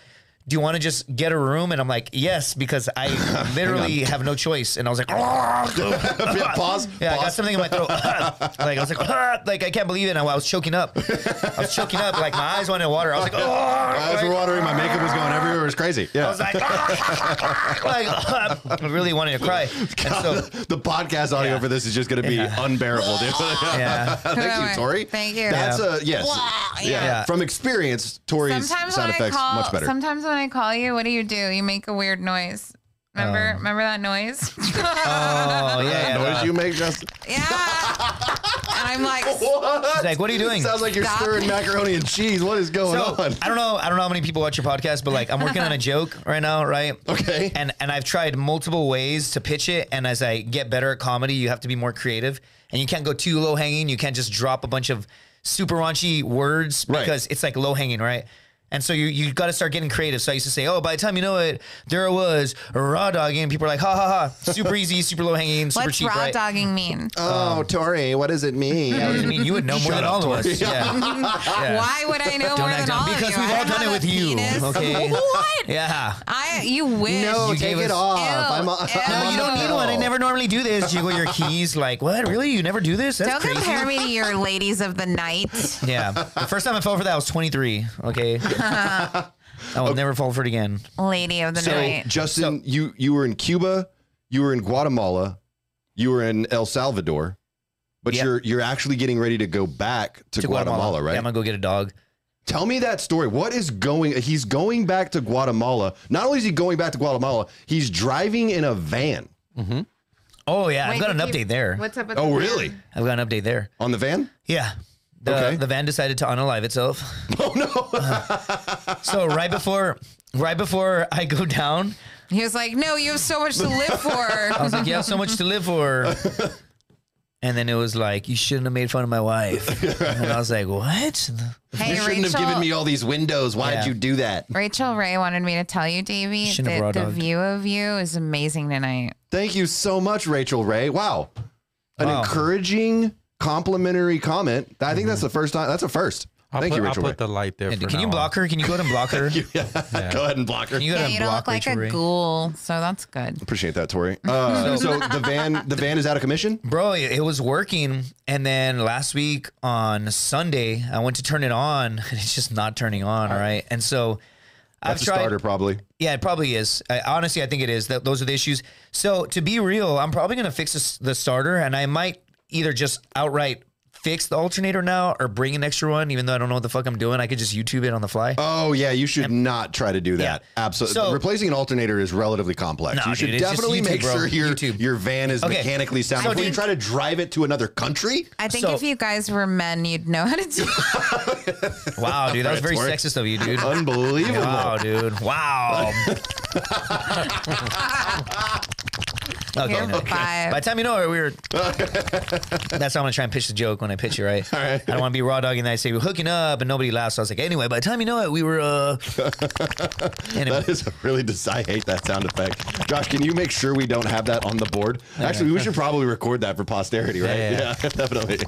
Speaker 3: Do you want to just get a room? And I'm like, yes, because
Speaker 2: [laughs]
Speaker 3: I literally have no choice. And I was like,
Speaker 2: [laughs] Yeah, pause.
Speaker 3: [laughs] yeah, I got
Speaker 2: pause.
Speaker 3: something in my
Speaker 2: [laughs]
Speaker 3: throat. like I was like, like [laughs] I can't believe it. And I was choking up. I was choking up. Like my eyes went in water. I was like, "Oh,"
Speaker 2: My eyes were watering. My makeup was going everywhere. It was crazy. Yeah.
Speaker 3: I was like, [laughs] like [laughs] I really wanted to cry. And so,
Speaker 2: [laughs] the podcast audio
Speaker 3: Yeah.
Speaker 2: for this is just going to
Speaker 1: [laughs]
Speaker 2: be unbearable, [laughs] dude. [laughs]
Speaker 3: yeah.
Speaker 2: Thank you,
Speaker 1: Whoever.
Speaker 2: Tori.
Speaker 1: Thank you.
Speaker 2: That's
Speaker 3: Yeah.
Speaker 2: a yes. Yeah.
Speaker 3: Yeah.
Speaker 2: From experience, Tori's
Speaker 1: Sometimes
Speaker 2: sound
Speaker 1: when I
Speaker 2: effects
Speaker 1: call,
Speaker 2: much better.
Speaker 1: Sometimes when I call you, what do you do? You make a weird noise. Remember,
Speaker 3: Um.
Speaker 1: remember that
Speaker 3: [laughs]
Speaker 1: noise?
Speaker 3: Oh, yeah. yeah.
Speaker 2: Noise you make, Justin.
Speaker 1: yeah. And I'm like,
Speaker 3: She's like, [laughs] what are you doing?
Speaker 2: Sounds like you're
Speaker 1: Stop.
Speaker 2: stirring macaroni and cheese. What is going
Speaker 3: So,
Speaker 2: on?
Speaker 3: I don't know. I don't know how many people watch your podcast, but like I'm working on a joke [laughs] right now, right?
Speaker 2: Okay.
Speaker 3: And and I've tried multiple ways to pitch it, and as I get better at comedy, you have to be more creative, and you can't go too low hanging. You can't just drop a bunch of super raunchy words
Speaker 2: Right.
Speaker 3: because it's like low hanging, right? And so you you got to start getting creative. So I used to say, oh, by the time you know it, there I was raw dogging. and People are like, ha ha ha, super easy, super low hanging, super
Speaker 1: what's
Speaker 3: cheap,
Speaker 1: raw
Speaker 3: right?
Speaker 1: dogging mean?
Speaker 3: Um,
Speaker 2: oh, Tori, what does it mean?
Speaker 1: [laughs]
Speaker 3: Yeah, what does it mean? You would know more than all of us. Yeah.
Speaker 2: [laughs]
Speaker 3: Yeah.
Speaker 1: Why would I know
Speaker 3: Don't
Speaker 1: more
Speaker 3: act
Speaker 1: than all
Speaker 3: dumb
Speaker 1: of
Speaker 3: because
Speaker 1: you?
Speaker 3: we've
Speaker 1: I
Speaker 3: all
Speaker 1: don't
Speaker 3: done it
Speaker 1: have
Speaker 3: with
Speaker 1: a
Speaker 3: you.
Speaker 1: penis. [laughs]
Speaker 3: Okay.
Speaker 1: What?
Speaker 3: Yeah.
Speaker 1: I you wish.
Speaker 2: No,
Speaker 3: You
Speaker 2: take
Speaker 3: gave
Speaker 2: it
Speaker 3: us-
Speaker 2: off.
Speaker 1: Ew.
Speaker 2: I'm, on-
Speaker 1: Ew.
Speaker 2: I'm
Speaker 3: No,
Speaker 2: on
Speaker 3: you
Speaker 2: the
Speaker 3: don't need one. I
Speaker 2: pill.
Speaker 3: never normally do this. Jiggle your keys. Like, what? Really? You never do this? That's
Speaker 1: Don't
Speaker 3: crazy.
Speaker 1: compare me to your ladies of the night.
Speaker 3: Yeah. The first time I fell for that, I was 23.
Speaker 1: [laughs]
Speaker 3: Okay. I will never fall for it again.
Speaker 1: Lady of the
Speaker 2: So,
Speaker 1: night.
Speaker 2: Justin, you you were in Cuba, you were in Guatemala, you were in El Salvador, but
Speaker 3: Yep.
Speaker 2: you're you're actually getting ready to go back to,
Speaker 3: To
Speaker 2: Guatemala, right?
Speaker 3: Yeah, I'm going to go get a dog.
Speaker 2: Tell me that story. What is going? He's going back to Guatemala. Not only is he going back to Guatemala, he's driving in a van.
Speaker 3: Oh, yeah. I've
Speaker 1: Wait,
Speaker 3: got an
Speaker 1: did
Speaker 3: update
Speaker 1: you-
Speaker 3: there.
Speaker 1: What's up with
Speaker 2: Oh,
Speaker 1: the-
Speaker 2: really?
Speaker 3: I've got an update there.
Speaker 2: On the van? [laughs]
Speaker 3: Yeah. The,
Speaker 2: Okay.
Speaker 3: the van decided to unalive itself.
Speaker 2: Oh no!
Speaker 3: So right before right before I go down,
Speaker 1: He was like, "No, you have so much to live
Speaker 3: [laughs] I was
Speaker 1: for."
Speaker 3: like, you have so much to live for. And then it was like, you shouldn't have made fun of my wife. And I was like, what?
Speaker 1: hey,
Speaker 2: you shouldn't
Speaker 1: Rachel,
Speaker 2: have given me all these windows. Why
Speaker 3: Yeah.
Speaker 2: did you do that?
Speaker 1: Rachel Ray wanted me to tell you, Davey,
Speaker 3: Shouldn't have
Speaker 1: that the
Speaker 3: raw-dogged.
Speaker 1: view of you is amazing tonight.
Speaker 2: Thank you so much, Rachel Ray. Wow, an
Speaker 3: Wow.
Speaker 2: encouraging, complimentary comment. I think
Speaker 3: Mm-hmm.
Speaker 2: that's the first time. That's a first.
Speaker 4: I'll
Speaker 2: Thank
Speaker 4: put,
Speaker 2: you,
Speaker 4: I'll
Speaker 2: Rachel Ray.
Speaker 4: put the light there.
Speaker 3: And
Speaker 4: for
Speaker 3: can you
Speaker 4: now
Speaker 3: block her? Can you go ahead and block her? Can
Speaker 2: [laughs] Go ahead and block her.
Speaker 3: you go ahead
Speaker 1: yeah,
Speaker 3: and
Speaker 1: you don't
Speaker 3: block
Speaker 1: look like
Speaker 3: Rachel
Speaker 1: a
Speaker 3: Ray?
Speaker 1: ghoul, so that's good.
Speaker 2: Appreciate that, Tori. Uh, so the van, the van is out of commission.
Speaker 3: Bro, it it was working. And then last week on Sunday, I went to turn it on [laughs] and it's just not turning on. All right. And so
Speaker 2: That's
Speaker 3: I've
Speaker 2: a
Speaker 3: tried.
Speaker 2: starter, probably.
Speaker 3: Yeah, it probably is. I, honestly, I think it is. That those are the issues. So to be real, I'm probably gonna fix this, the starter, and I might either just outright fix the alternator now or bring an extra one. Even though I don't know what the fuck I'm doing, I could just YouTube it on the
Speaker 2: [laughs]
Speaker 3: fly.
Speaker 2: Oh yeah, you should not try to do that.
Speaker 3: Yeah.
Speaker 2: Absolutely,
Speaker 3: So-
Speaker 2: replacing an alternator is relatively complex.
Speaker 3: Nah,
Speaker 2: you should
Speaker 3: dude, it's just
Speaker 2: definitely
Speaker 3: YouTube,
Speaker 2: make
Speaker 3: bro.
Speaker 2: sure your
Speaker 3: YouTube.
Speaker 2: your van is
Speaker 3: Okay.
Speaker 2: mechanically sound.
Speaker 3: So
Speaker 2: Before you
Speaker 3: think-
Speaker 2: try to drive it to another country,
Speaker 1: I think
Speaker 3: So-
Speaker 1: if you guys were men, you'd know how to do.
Speaker 3: wow, dude, that was very
Speaker 2: Rhetoric.
Speaker 3: sexist of
Speaker 2: [laughs]
Speaker 3: you, dude.
Speaker 2: unbelievable.
Speaker 3: Wow, dude. [laughs] Wow. [laughs] okay,
Speaker 1: You're
Speaker 3: no.
Speaker 1: five.
Speaker 3: By the time you know it, we were. That's how I'm gonna try and pitch the joke when I pitch it, right? I don't want to be raw dogging that. I say we're hooking up and nobody laughs. So I was like, anyway, by the time you know it, we were. [laughs] uh anyway.
Speaker 2: That is a really dis- I hate that sound effect. Josh, can you make sure we don't have that on the board? Actually, we should probably record that for posterity, right?
Speaker 4: Yeah, yeah,
Speaker 2: [laughs] definitely.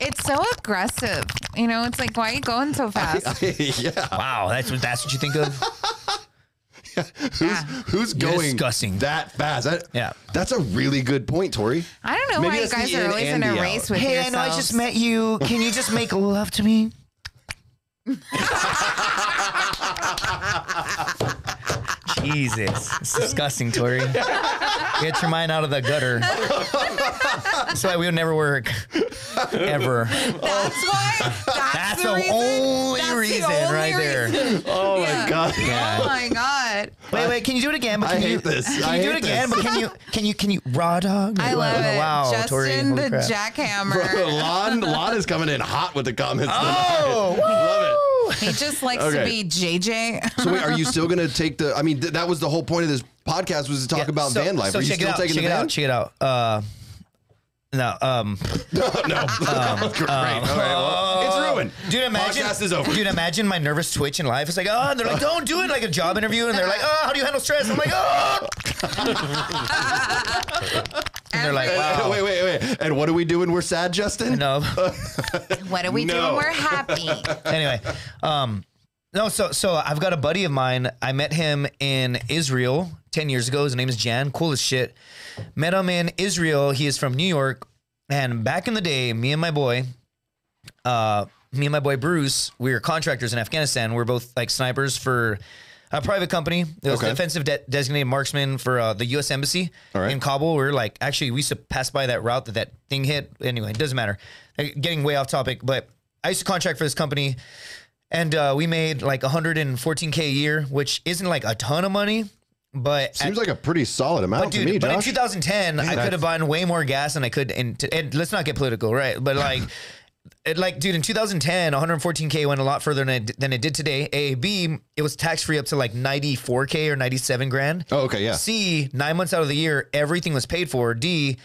Speaker 1: It's so aggressive. You know, it's like, why are you going so fast?
Speaker 3: uh,
Speaker 2: yeah.
Speaker 3: Wow, that's what that's what you think of.
Speaker 1: Yeah.
Speaker 2: Who's
Speaker 3: You're
Speaker 2: going
Speaker 3: disgusting.
Speaker 2: that fast? That-
Speaker 3: Yeah.
Speaker 2: That's a really good point, Tori. [laughs]
Speaker 1: I don't know
Speaker 2: Maybe
Speaker 1: why you
Speaker 2: that's
Speaker 1: guys
Speaker 2: the
Speaker 1: are
Speaker 2: in
Speaker 1: always in
Speaker 2: and
Speaker 1: a
Speaker 2: the
Speaker 1: race
Speaker 2: out.
Speaker 1: with
Speaker 3: hey,
Speaker 1: yourselves.
Speaker 3: I know I just met you. Can you just make love to me? Jesus, it's disgusting, Tori. Get your mind out of the gutter. That's why we would never work, ever.
Speaker 1: That's
Speaker 3: [laughs]
Speaker 1: why. That's,
Speaker 3: That's
Speaker 1: the,
Speaker 3: the
Speaker 1: reason.
Speaker 3: only
Speaker 1: That's the
Speaker 3: reason
Speaker 1: only
Speaker 3: right there. [laughs]
Speaker 1: reason.
Speaker 2: Oh
Speaker 1: Yeah.
Speaker 2: my god.
Speaker 1: Oh my god.
Speaker 3: Wait, wait, can you do it again? But
Speaker 2: I
Speaker 3: can you,
Speaker 2: hate this.
Speaker 3: Can
Speaker 2: I
Speaker 3: you do
Speaker 2: hate
Speaker 3: it again?
Speaker 2: this.
Speaker 3: But can you, can you, can you raw dog?
Speaker 1: I love it.
Speaker 3: Wow,
Speaker 1: Justin
Speaker 3: Tori, holy
Speaker 1: the
Speaker 3: crap. [laughs]
Speaker 2: Bro,
Speaker 1: jackhammer.
Speaker 2: Lon, Lon is coming in hot with the comments.
Speaker 3: Oh, woo!
Speaker 2: Love
Speaker 1: he just likes
Speaker 2: Okay.
Speaker 1: to be JJ.
Speaker 2: So wait, are you still gonna take the? I mean, th- that was the whole point of this podcast was to talk
Speaker 3: Yeah,
Speaker 2: about
Speaker 3: so-
Speaker 2: van life.
Speaker 3: So
Speaker 2: are you
Speaker 3: check
Speaker 2: still
Speaker 3: it out,
Speaker 2: taking
Speaker 3: check
Speaker 2: the
Speaker 3: it
Speaker 2: van?
Speaker 3: out. Check it out. Uh, No, um,
Speaker 2: [laughs]
Speaker 3: [laughs]
Speaker 2: no, great. All right, Um, well, it's ruined.
Speaker 3: Oh. dude, imagine
Speaker 2: Podcast is over.
Speaker 3: Dude, imagine my nervous twitch in life. It's like, oh, and they're
Speaker 2: [laughs]
Speaker 3: like, don't do it. Like a job interview, and they're like, oh, how do you handle stress? I'm like, oh. and they're like, [laughs] wow.
Speaker 2: [laughs] Wait, wait, wait. And what do we do when we're sad, Justin?
Speaker 3: No.
Speaker 1: What do we do
Speaker 2: No.
Speaker 1: when we're
Speaker 3: [laughs]
Speaker 1: happy?
Speaker 3: anyway, um, no, so so I've got a buddy of mine. I met him in Israel ten years ago. His name is Jan. Cool as shit. Met him in Israel. He is from New York. And back in the day, me and my boy, uh, me and my boy Bruce, we were contractors in Afghanistan. We were both like snipers for a private company. It was
Speaker 2: Okay.
Speaker 3: defensive de- designated marksman for uh, the U.S. Embassy
Speaker 2: All right.
Speaker 3: in Kabul. We were like, actually, we used to pass by that route that that thing hit. Anyway, it doesn't matter. Like, Getting way off topic, but I used to contract for this company, and uh, we made like 114k a year, which isn't like a ton of money, but at-
Speaker 2: Seems like a pretty solid amount
Speaker 3: but dude,
Speaker 2: to me,
Speaker 3: but in
Speaker 2: Josh.
Speaker 3: 2010, I could have bought way more gas than I could. And, t- and let's not get political, right? But
Speaker 2: [laughs]
Speaker 3: like, it, like, dude, in 2010, 114k went a lot further than it, than it did today. A, B, it was tax free up to like 94k or 97 grand.
Speaker 2: Oh, okay, yeah.
Speaker 3: C, nine months out of the year, everything was paid for. D,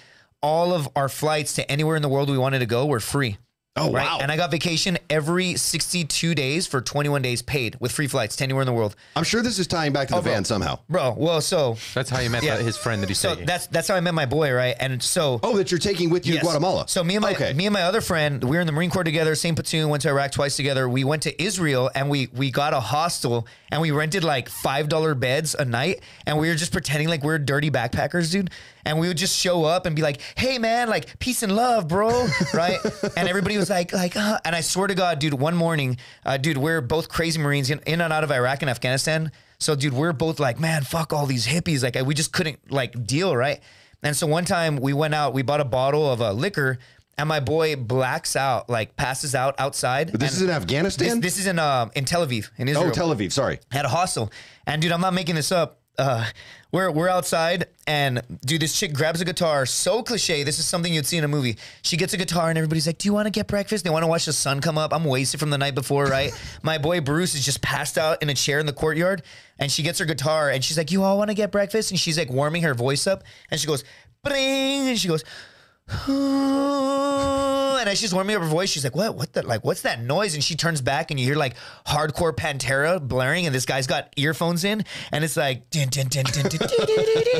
Speaker 3: all of our flights to anywhere in the world we wanted to go were free.
Speaker 2: Oh, wow.
Speaker 3: And I got vacation every 62 days for 21 days paid with free flights to anywhere in the world.
Speaker 2: I'm sure this is tying back to the van somehow.
Speaker 3: Oh, Bro, well, so
Speaker 4: That's how you met
Speaker 3: Yeah.
Speaker 4: that- his friend that he's
Speaker 3: so
Speaker 4: taking.
Speaker 3: that's that's how I met my boy, right? And so
Speaker 2: Oh, that you're taking with you to
Speaker 3: Yes.
Speaker 2: Guatemala.
Speaker 3: So me and my
Speaker 2: okay.
Speaker 3: me and my other friend, we were in the Marine Corps together, same platoon, went to Iraq twice together. We went to Israel and we we got a hostel and we rented like five dollar beds a night and we were just pretending like we are dirty backpackers, dude. And we would just show up and be like, "Hey man, like peace and love, bro," right? and everybody was like, like, uh, and I swear to God, dude, one morning, uh, dude, we're both crazy Marines in, in and out of Iraq and Afghanistan. So, dude, we're both like, man, fuck all these hippies. Like, I, we just couldn't like deal, right? And so one time we went out, we bought a bottle of uh, liquor, and my boy blacks out, like passes out outside.
Speaker 2: But this is
Speaker 3: and
Speaker 2: in Afghanistan?
Speaker 3: This, this is in um in Tel Aviv, in Israel
Speaker 2: oh, Tel Aviv. Sorry.
Speaker 3: at a hostel. And dude, I'm not making this up. Uh, we're we're outside, and dude, this chick grabs a guitar. So cliche. This is something you'd see in a movie. She gets a guitar, and everybody's like, "Do you want to get breakfast?" They want to watch the sun come up. I'm wasted from the night before,
Speaker 2: [laughs]
Speaker 3: right? My boy Bruce is just passed out in a chair in the courtyard, and she gets her guitar, and she's like, "You all want to get breakfast?" And she's like warming her voice up, and she goes, "Bring," and she goes. [laughs] and as she's warming up her voice, she's like, "What? What the? Like, what's that noise?" And she turns back, and you hear like hardcore Pantera blaring, and this guy's got earphones in, and it's like, dun, dun, dun, dun, dun, dun, dun, dun, dun, dun,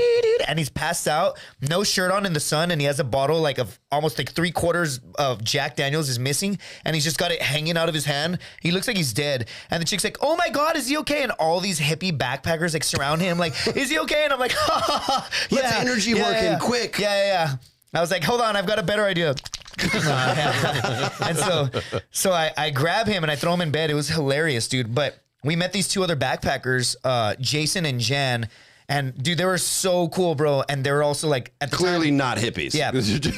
Speaker 3: and he's passed out, no shirt on in the sun, and he has a bottle like of almost like three quarters of Jack Daniels is missing, and he's just got it hanging out of his hand. He looks like he's dead, and the chick's like, "Oh my god, is he okay?" And all these hippie backpackers like surround him, like, "Is he okay?" And I'm like, [laughs] ha, ha, ha,
Speaker 2: Let's energy work in quick.
Speaker 3: yeah, yeah, yeah. And I was like, hold on, I've got a better idea. [laughs] and so, so I, I grab him and I throw him in bed. It was hilarious, dude. But we met these two other backpackers, uh, Jason and Jan. And dude, they were so cool, bro. And they were also like at the
Speaker 2: Clearly not hippies.
Speaker 3: Yeah.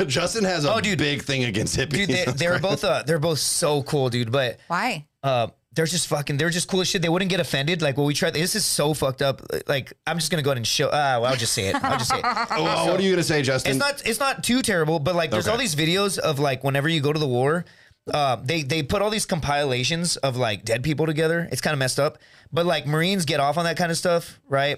Speaker 2: [laughs] Justin has a
Speaker 3: Oh, dude.
Speaker 2: big thing against hippies.
Speaker 3: time,
Speaker 2: [laughs]
Speaker 3: dude, they, they were both uh, they're both so cool, dude. But
Speaker 1: Why?
Speaker 3: uh, they're just fucking, they're just cool as shit. They wouldn't get offended. Like, well, we tried. This is so fucked up. Like, I'm just gonna go ahead and show. Uh, well, I'll just say it. I'll just say it.
Speaker 2: oh, what are you going to say, Justin?
Speaker 3: it's not it's not too terrible, but like there's
Speaker 2: Okay.
Speaker 3: all these videos of like whenever you go to the war, uh, they they put all these compilations of like dead people together. It's kind of messed up, but like Marines get off on that kind of stuff, right?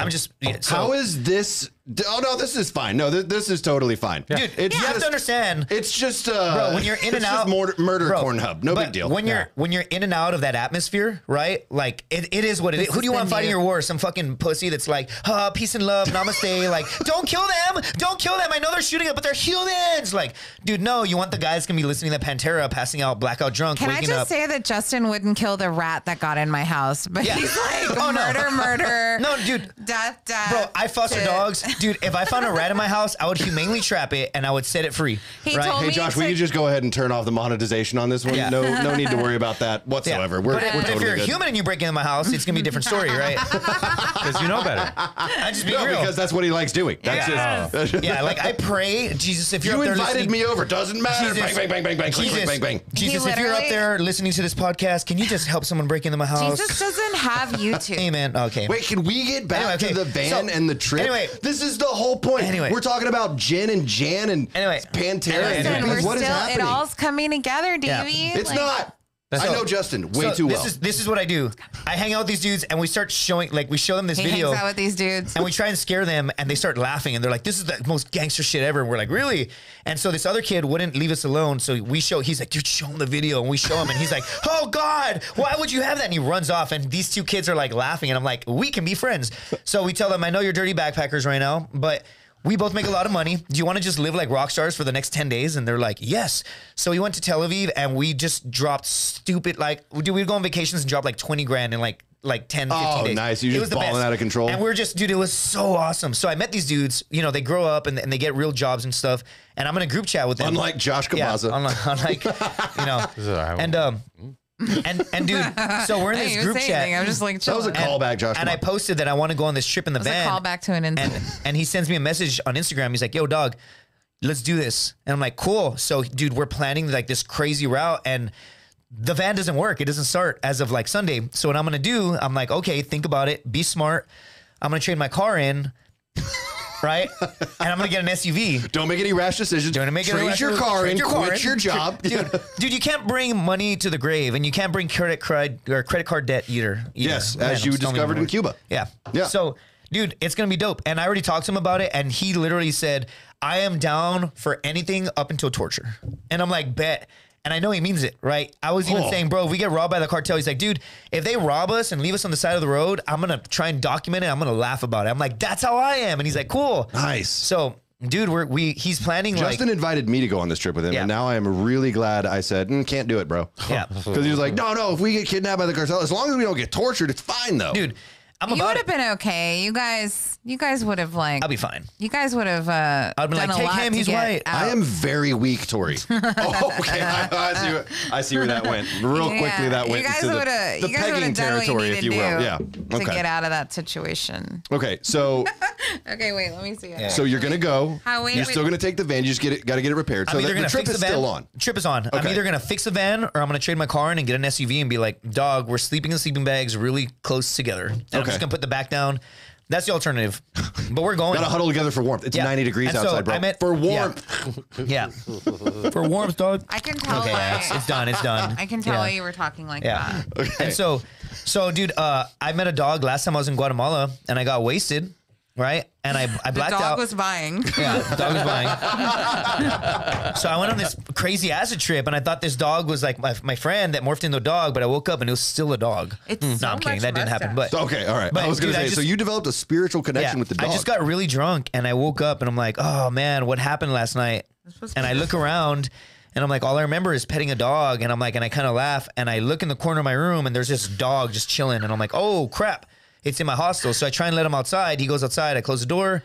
Speaker 3: I'm just yeah, so,
Speaker 2: How is this? d- Oh, no, this is fine. No, this, this is totally fine.
Speaker 3: dude? you have to understand.
Speaker 2: It's just uh,
Speaker 3: Bro, when you're
Speaker 2: [laughs]
Speaker 3: in
Speaker 2: it's
Speaker 3: and
Speaker 2: just
Speaker 3: out,
Speaker 2: murder, murder
Speaker 3: Bro,
Speaker 2: corn hub. No
Speaker 3: but
Speaker 2: big deal.
Speaker 3: When you're when you're in and out of that atmosphere, right? Like it, it is what it is. Who do you
Speaker 1: is
Speaker 3: want
Speaker 1: the
Speaker 3: fighting
Speaker 1: new-
Speaker 3: your war? Some fucking pussy that's like, ah, peace and love, namaste. [laughs] like, don't kill them, don't kill them. I know they're shooting up, but they're humans. Like, dude, no, you want the guys gonna be listening to Pantera, passing out, blackout drunk,
Speaker 1: Can I
Speaker 3: waking
Speaker 1: just
Speaker 3: up.
Speaker 1: say that Justin wouldn't kill the rat that got in my house? But
Speaker 3: Yeah.
Speaker 1: he's like
Speaker 3: Oh, no.
Speaker 1: murder, murder,
Speaker 3: [laughs] no, dude.
Speaker 1: death, death.
Speaker 3: Bro, I foster
Speaker 1: shit.
Speaker 3: dogs, dude. If I found a rat in my house, I would humanely trap it and I would set it free.
Speaker 1: He
Speaker 3: right?
Speaker 1: told
Speaker 2: hey,
Speaker 1: me
Speaker 2: Josh,
Speaker 1: to-
Speaker 2: will you just go ahead and turn off the monetization on this one?
Speaker 3: Yeah.
Speaker 2: No, no need to worry about that
Speaker 3: [laughs] Yeah.
Speaker 2: whatsoever. We're,
Speaker 3: but,
Speaker 2: we're
Speaker 3: but if
Speaker 2: totally
Speaker 3: you're a
Speaker 2: good.
Speaker 3: human and you break into my house, it's gonna be a different
Speaker 2: [laughs]
Speaker 3: story, right?
Speaker 4: Because you
Speaker 3: [laughs]
Speaker 4: know better.
Speaker 3: I just be
Speaker 2: no,
Speaker 3: real.
Speaker 2: because that's what he likes doing. That's
Speaker 3: Yeah. Oh.
Speaker 2: just. [laughs] that's just-
Speaker 3: [laughs] yeah, like I pray, Jesus, if you're
Speaker 2: you
Speaker 3: up there
Speaker 2: invited
Speaker 3: listening-
Speaker 2: me over. Doesn't matter. Bang,
Speaker 3: Jesus,
Speaker 2: bang, bang, bang, bang, click,
Speaker 3: Jesus,
Speaker 2: click, bang, bang.
Speaker 3: Jesus,
Speaker 1: He
Speaker 3: if you're up
Speaker 1: literally-
Speaker 3: there listening to this podcast, can you just help someone break into my house?
Speaker 1: Jesus doesn't have
Speaker 3: [laughs]
Speaker 1: YouTube.
Speaker 3: Amen. Okay.
Speaker 2: Wait, can we get back
Speaker 3: Anyway, okay,
Speaker 2: to the van
Speaker 3: so-
Speaker 2: and the trip?
Speaker 3: anyway.
Speaker 2: this is the whole point.
Speaker 3: Anyway.
Speaker 2: we're talking about Jen and Jan and
Speaker 3: Anyway.
Speaker 2: Pantera.
Speaker 3: Anyway,
Speaker 2: and
Speaker 1: Listen,
Speaker 3: anyway.
Speaker 2: hippies.
Speaker 1: we're
Speaker 2: What is
Speaker 1: still, it
Speaker 2: happening?
Speaker 1: all's coming together, Davey.
Speaker 2: it's
Speaker 1: Like,
Speaker 2: not.
Speaker 4: That's
Speaker 2: I know Justin way
Speaker 3: So
Speaker 2: too
Speaker 3: this
Speaker 2: well.
Speaker 3: Is, this is what I do. I hang out with these dudes and we start showing, like, we show them this
Speaker 1: He
Speaker 3: video.
Speaker 1: hangs out with these dudes.
Speaker 3: [laughs] and we try and scare them and they start laughing and they're like this is the most gangster shit ever and we're like really and so this other kid wouldn't leave us alone so we show he's like dude show him the video and we show him and he's like [laughs] oh god why would you have that and he runs off and these two kids are like laughing and i'm like we can be friends so we tell them i know you're dirty backpackers right now but we both make a lot of money. Do you want to just live like rock stars for the next 10 days? And they're like, yes. So we went to Tel Aviv and we just dropped stupid, like, dude, we'd go on vacations and drop like 20 grand in like, like 10, 15
Speaker 2: Oh,
Speaker 3: days.
Speaker 2: nice. You're
Speaker 3: It
Speaker 2: just
Speaker 3: was the
Speaker 2: balling
Speaker 3: best.
Speaker 2: out of control.
Speaker 3: And we we're just, dude, it was so awesome. So I met these dudes, you know, they grow up and, and they get real jobs and stuff. And I'm in a group chat with them.
Speaker 2: Unlike Josh
Speaker 3: yeah,
Speaker 2: Kabaza.
Speaker 3: unlike, [laughs] unlike, you know,
Speaker 4: alright.
Speaker 3: and, um, and, and dude,
Speaker 1: [laughs]
Speaker 3: so we're in
Speaker 1: I
Speaker 3: this
Speaker 1: didn't
Speaker 3: group
Speaker 1: say
Speaker 3: chat.
Speaker 1: anything. I'm just like
Speaker 2: that was a
Speaker 1: chilling.
Speaker 2: callback, Josh.
Speaker 3: and I
Speaker 2: Kabaza.
Speaker 3: posted that I want to go on this trip in
Speaker 1: It
Speaker 3: the
Speaker 1: was a
Speaker 3: van.
Speaker 1: callback to an instant.
Speaker 3: and, and he sends me a message on Instagram. He's like, yo, dog, let's do this. And I'm like, cool. So, dude, we're planning like this crazy route. And the van doesn't work. It doesn't start as of like Sunday. So, what I'm going to do, I'm like, okay, think about it. Be smart. I'm going to trade my car in. [laughs] Right? and I'm going to get an SUV.
Speaker 2: Don't make any rash decisions.
Speaker 3: Don't make any
Speaker 2: Trade
Speaker 3: rash-
Speaker 2: your car
Speaker 3: trade
Speaker 2: and
Speaker 3: your car
Speaker 2: quit
Speaker 3: in.
Speaker 2: your
Speaker 3: [laughs]
Speaker 2: job. [laughs]
Speaker 3: Dude, dude, you can't bring money to the grave, and you can't bring credit card or credit card debt either. either.
Speaker 2: Yes,
Speaker 3: Man,
Speaker 2: as
Speaker 3: I'm
Speaker 2: you
Speaker 3: stumbling
Speaker 2: discovered in
Speaker 3: words.
Speaker 2: Cuba.
Speaker 3: Yeah.
Speaker 2: Yeah.
Speaker 3: So, dude, it's gonna be dope. And I already talked to him about it, and he literally said, "I am down for anything up until torture." And I'm like, "Bet." And I know he means it, right? I was even
Speaker 2: Oh.
Speaker 3: saying, bro, if we get robbed by the cartel, he's like, dude, if they rob us and leave us on the side of the road, I'm gonna try and document it. I'm gonna laugh about it. I'm like, that's how I am. And he's like, cool.
Speaker 2: Nice.
Speaker 3: So, dude, we're we he's planning like
Speaker 2: Justin invited me to go on this trip with him,
Speaker 3: Yeah.
Speaker 2: and now I am really glad I said mm, can't do it, bro.
Speaker 3: [laughs]
Speaker 2: [laughs]
Speaker 3: Yeah.
Speaker 2: because he was like, no, no, if we get kidnapped by the cartel, as long as we don't get tortured, it's fine though.
Speaker 3: dude, I'm
Speaker 1: you
Speaker 3: about
Speaker 1: would
Speaker 3: it.
Speaker 1: have been okay. You guys, you guys would have like.
Speaker 3: I'll be fine.
Speaker 1: you guys would have. Uh,
Speaker 3: I'd be
Speaker 1: done
Speaker 3: like,
Speaker 1: a
Speaker 3: "Take
Speaker 1: lot
Speaker 3: him,
Speaker 1: to
Speaker 3: he's
Speaker 1: get
Speaker 3: white."
Speaker 1: out.
Speaker 2: I am very weak, Tori.
Speaker 3: [laughs]
Speaker 2: oh, okay, I, I see. where- I see where that went. Real
Speaker 1: Yeah.
Speaker 2: Oh, quickly, that went
Speaker 1: You guys
Speaker 2: into
Speaker 1: would
Speaker 2: the,
Speaker 1: have.
Speaker 2: the
Speaker 1: You guys would have
Speaker 2: pegging
Speaker 1: done what you
Speaker 2: territory,
Speaker 1: needed
Speaker 2: if you
Speaker 1: to
Speaker 2: will.
Speaker 1: do
Speaker 2: Yeah.
Speaker 1: to get
Speaker 2: Okay.
Speaker 1: out of that situation.
Speaker 2: Okay. So,
Speaker 1: Okay, wait. Let me see. it.
Speaker 2: so you're gonna go.
Speaker 1: [laughs] How- wait,
Speaker 2: you're
Speaker 1: wait.
Speaker 2: still gonna take the van. You just get it. Got to get it repaired. So
Speaker 3: I'm either
Speaker 2: that,
Speaker 3: gonna
Speaker 2: the trip
Speaker 3: fix
Speaker 2: is
Speaker 3: the van.
Speaker 2: still on.
Speaker 3: Trip is on. I'm
Speaker 2: Okay.
Speaker 3: either gonna fix the van or I'm gonna trade my car in and get an SUV and be like, dog, we're sleeping in sleeping bags really close together. And I'm
Speaker 2: Okay.
Speaker 3: just gonna put the back down. That's the alternative. But we're going.
Speaker 2: Got to huddle together for warmth. It's
Speaker 3: Yeah.
Speaker 2: 90 degrees
Speaker 3: And so
Speaker 2: outside, bro.
Speaker 3: I meant-
Speaker 2: for
Speaker 3: yeah.
Speaker 2: warmth.
Speaker 3: yeah. For warmth, dog.
Speaker 1: I can tell.
Speaker 3: Okay, yeah, it's,
Speaker 1: by-
Speaker 3: it's done. It's done.
Speaker 1: I can tell
Speaker 3: Yeah.
Speaker 1: you were talking like
Speaker 3: Yeah.
Speaker 1: that.
Speaker 3: And so, so dude, uh, I met a dog last time I was in Guatemala and I got wasted, right? And I, I
Speaker 1: The
Speaker 3: blacked
Speaker 1: dog
Speaker 3: out.
Speaker 1: was
Speaker 3: [laughs]
Speaker 1: buying.
Speaker 3: Yeah, the dog was buying. [laughs] so I went on this crazy acid trip, and I thought this dog was like my, my friend that morphed into a dog, but I woke up and it was still a dog.
Speaker 1: It's
Speaker 3: no,
Speaker 1: so
Speaker 3: I'm kidding.
Speaker 1: much
Speaker 3: That didn't happen. But
Speaker 1: mustache.
Speaker 2: Okay, all right.
Speaker 3: But,
Speaker 2: I was going
Speaker 3: dude,
Speaker 2: to
Speaker 3: I
Speaker 2: say, so
Speaker 3: just-
Speaker 2: you developed a spiritual connection with the dog.
Speaker 3: I just got really drunk and I woke up and I'm like, oh man, what happened last night?
Speaker 1: supposed to
Speaker 3: And I look around and I'm like, all I remember is petting a dog. And I'm like, and I kind of laugh and I look in the corner of my room and there's this dog just chilling. And I'm like, oh crap, it's in my hostel. So I try and let him outside. He goes outside. I close the door.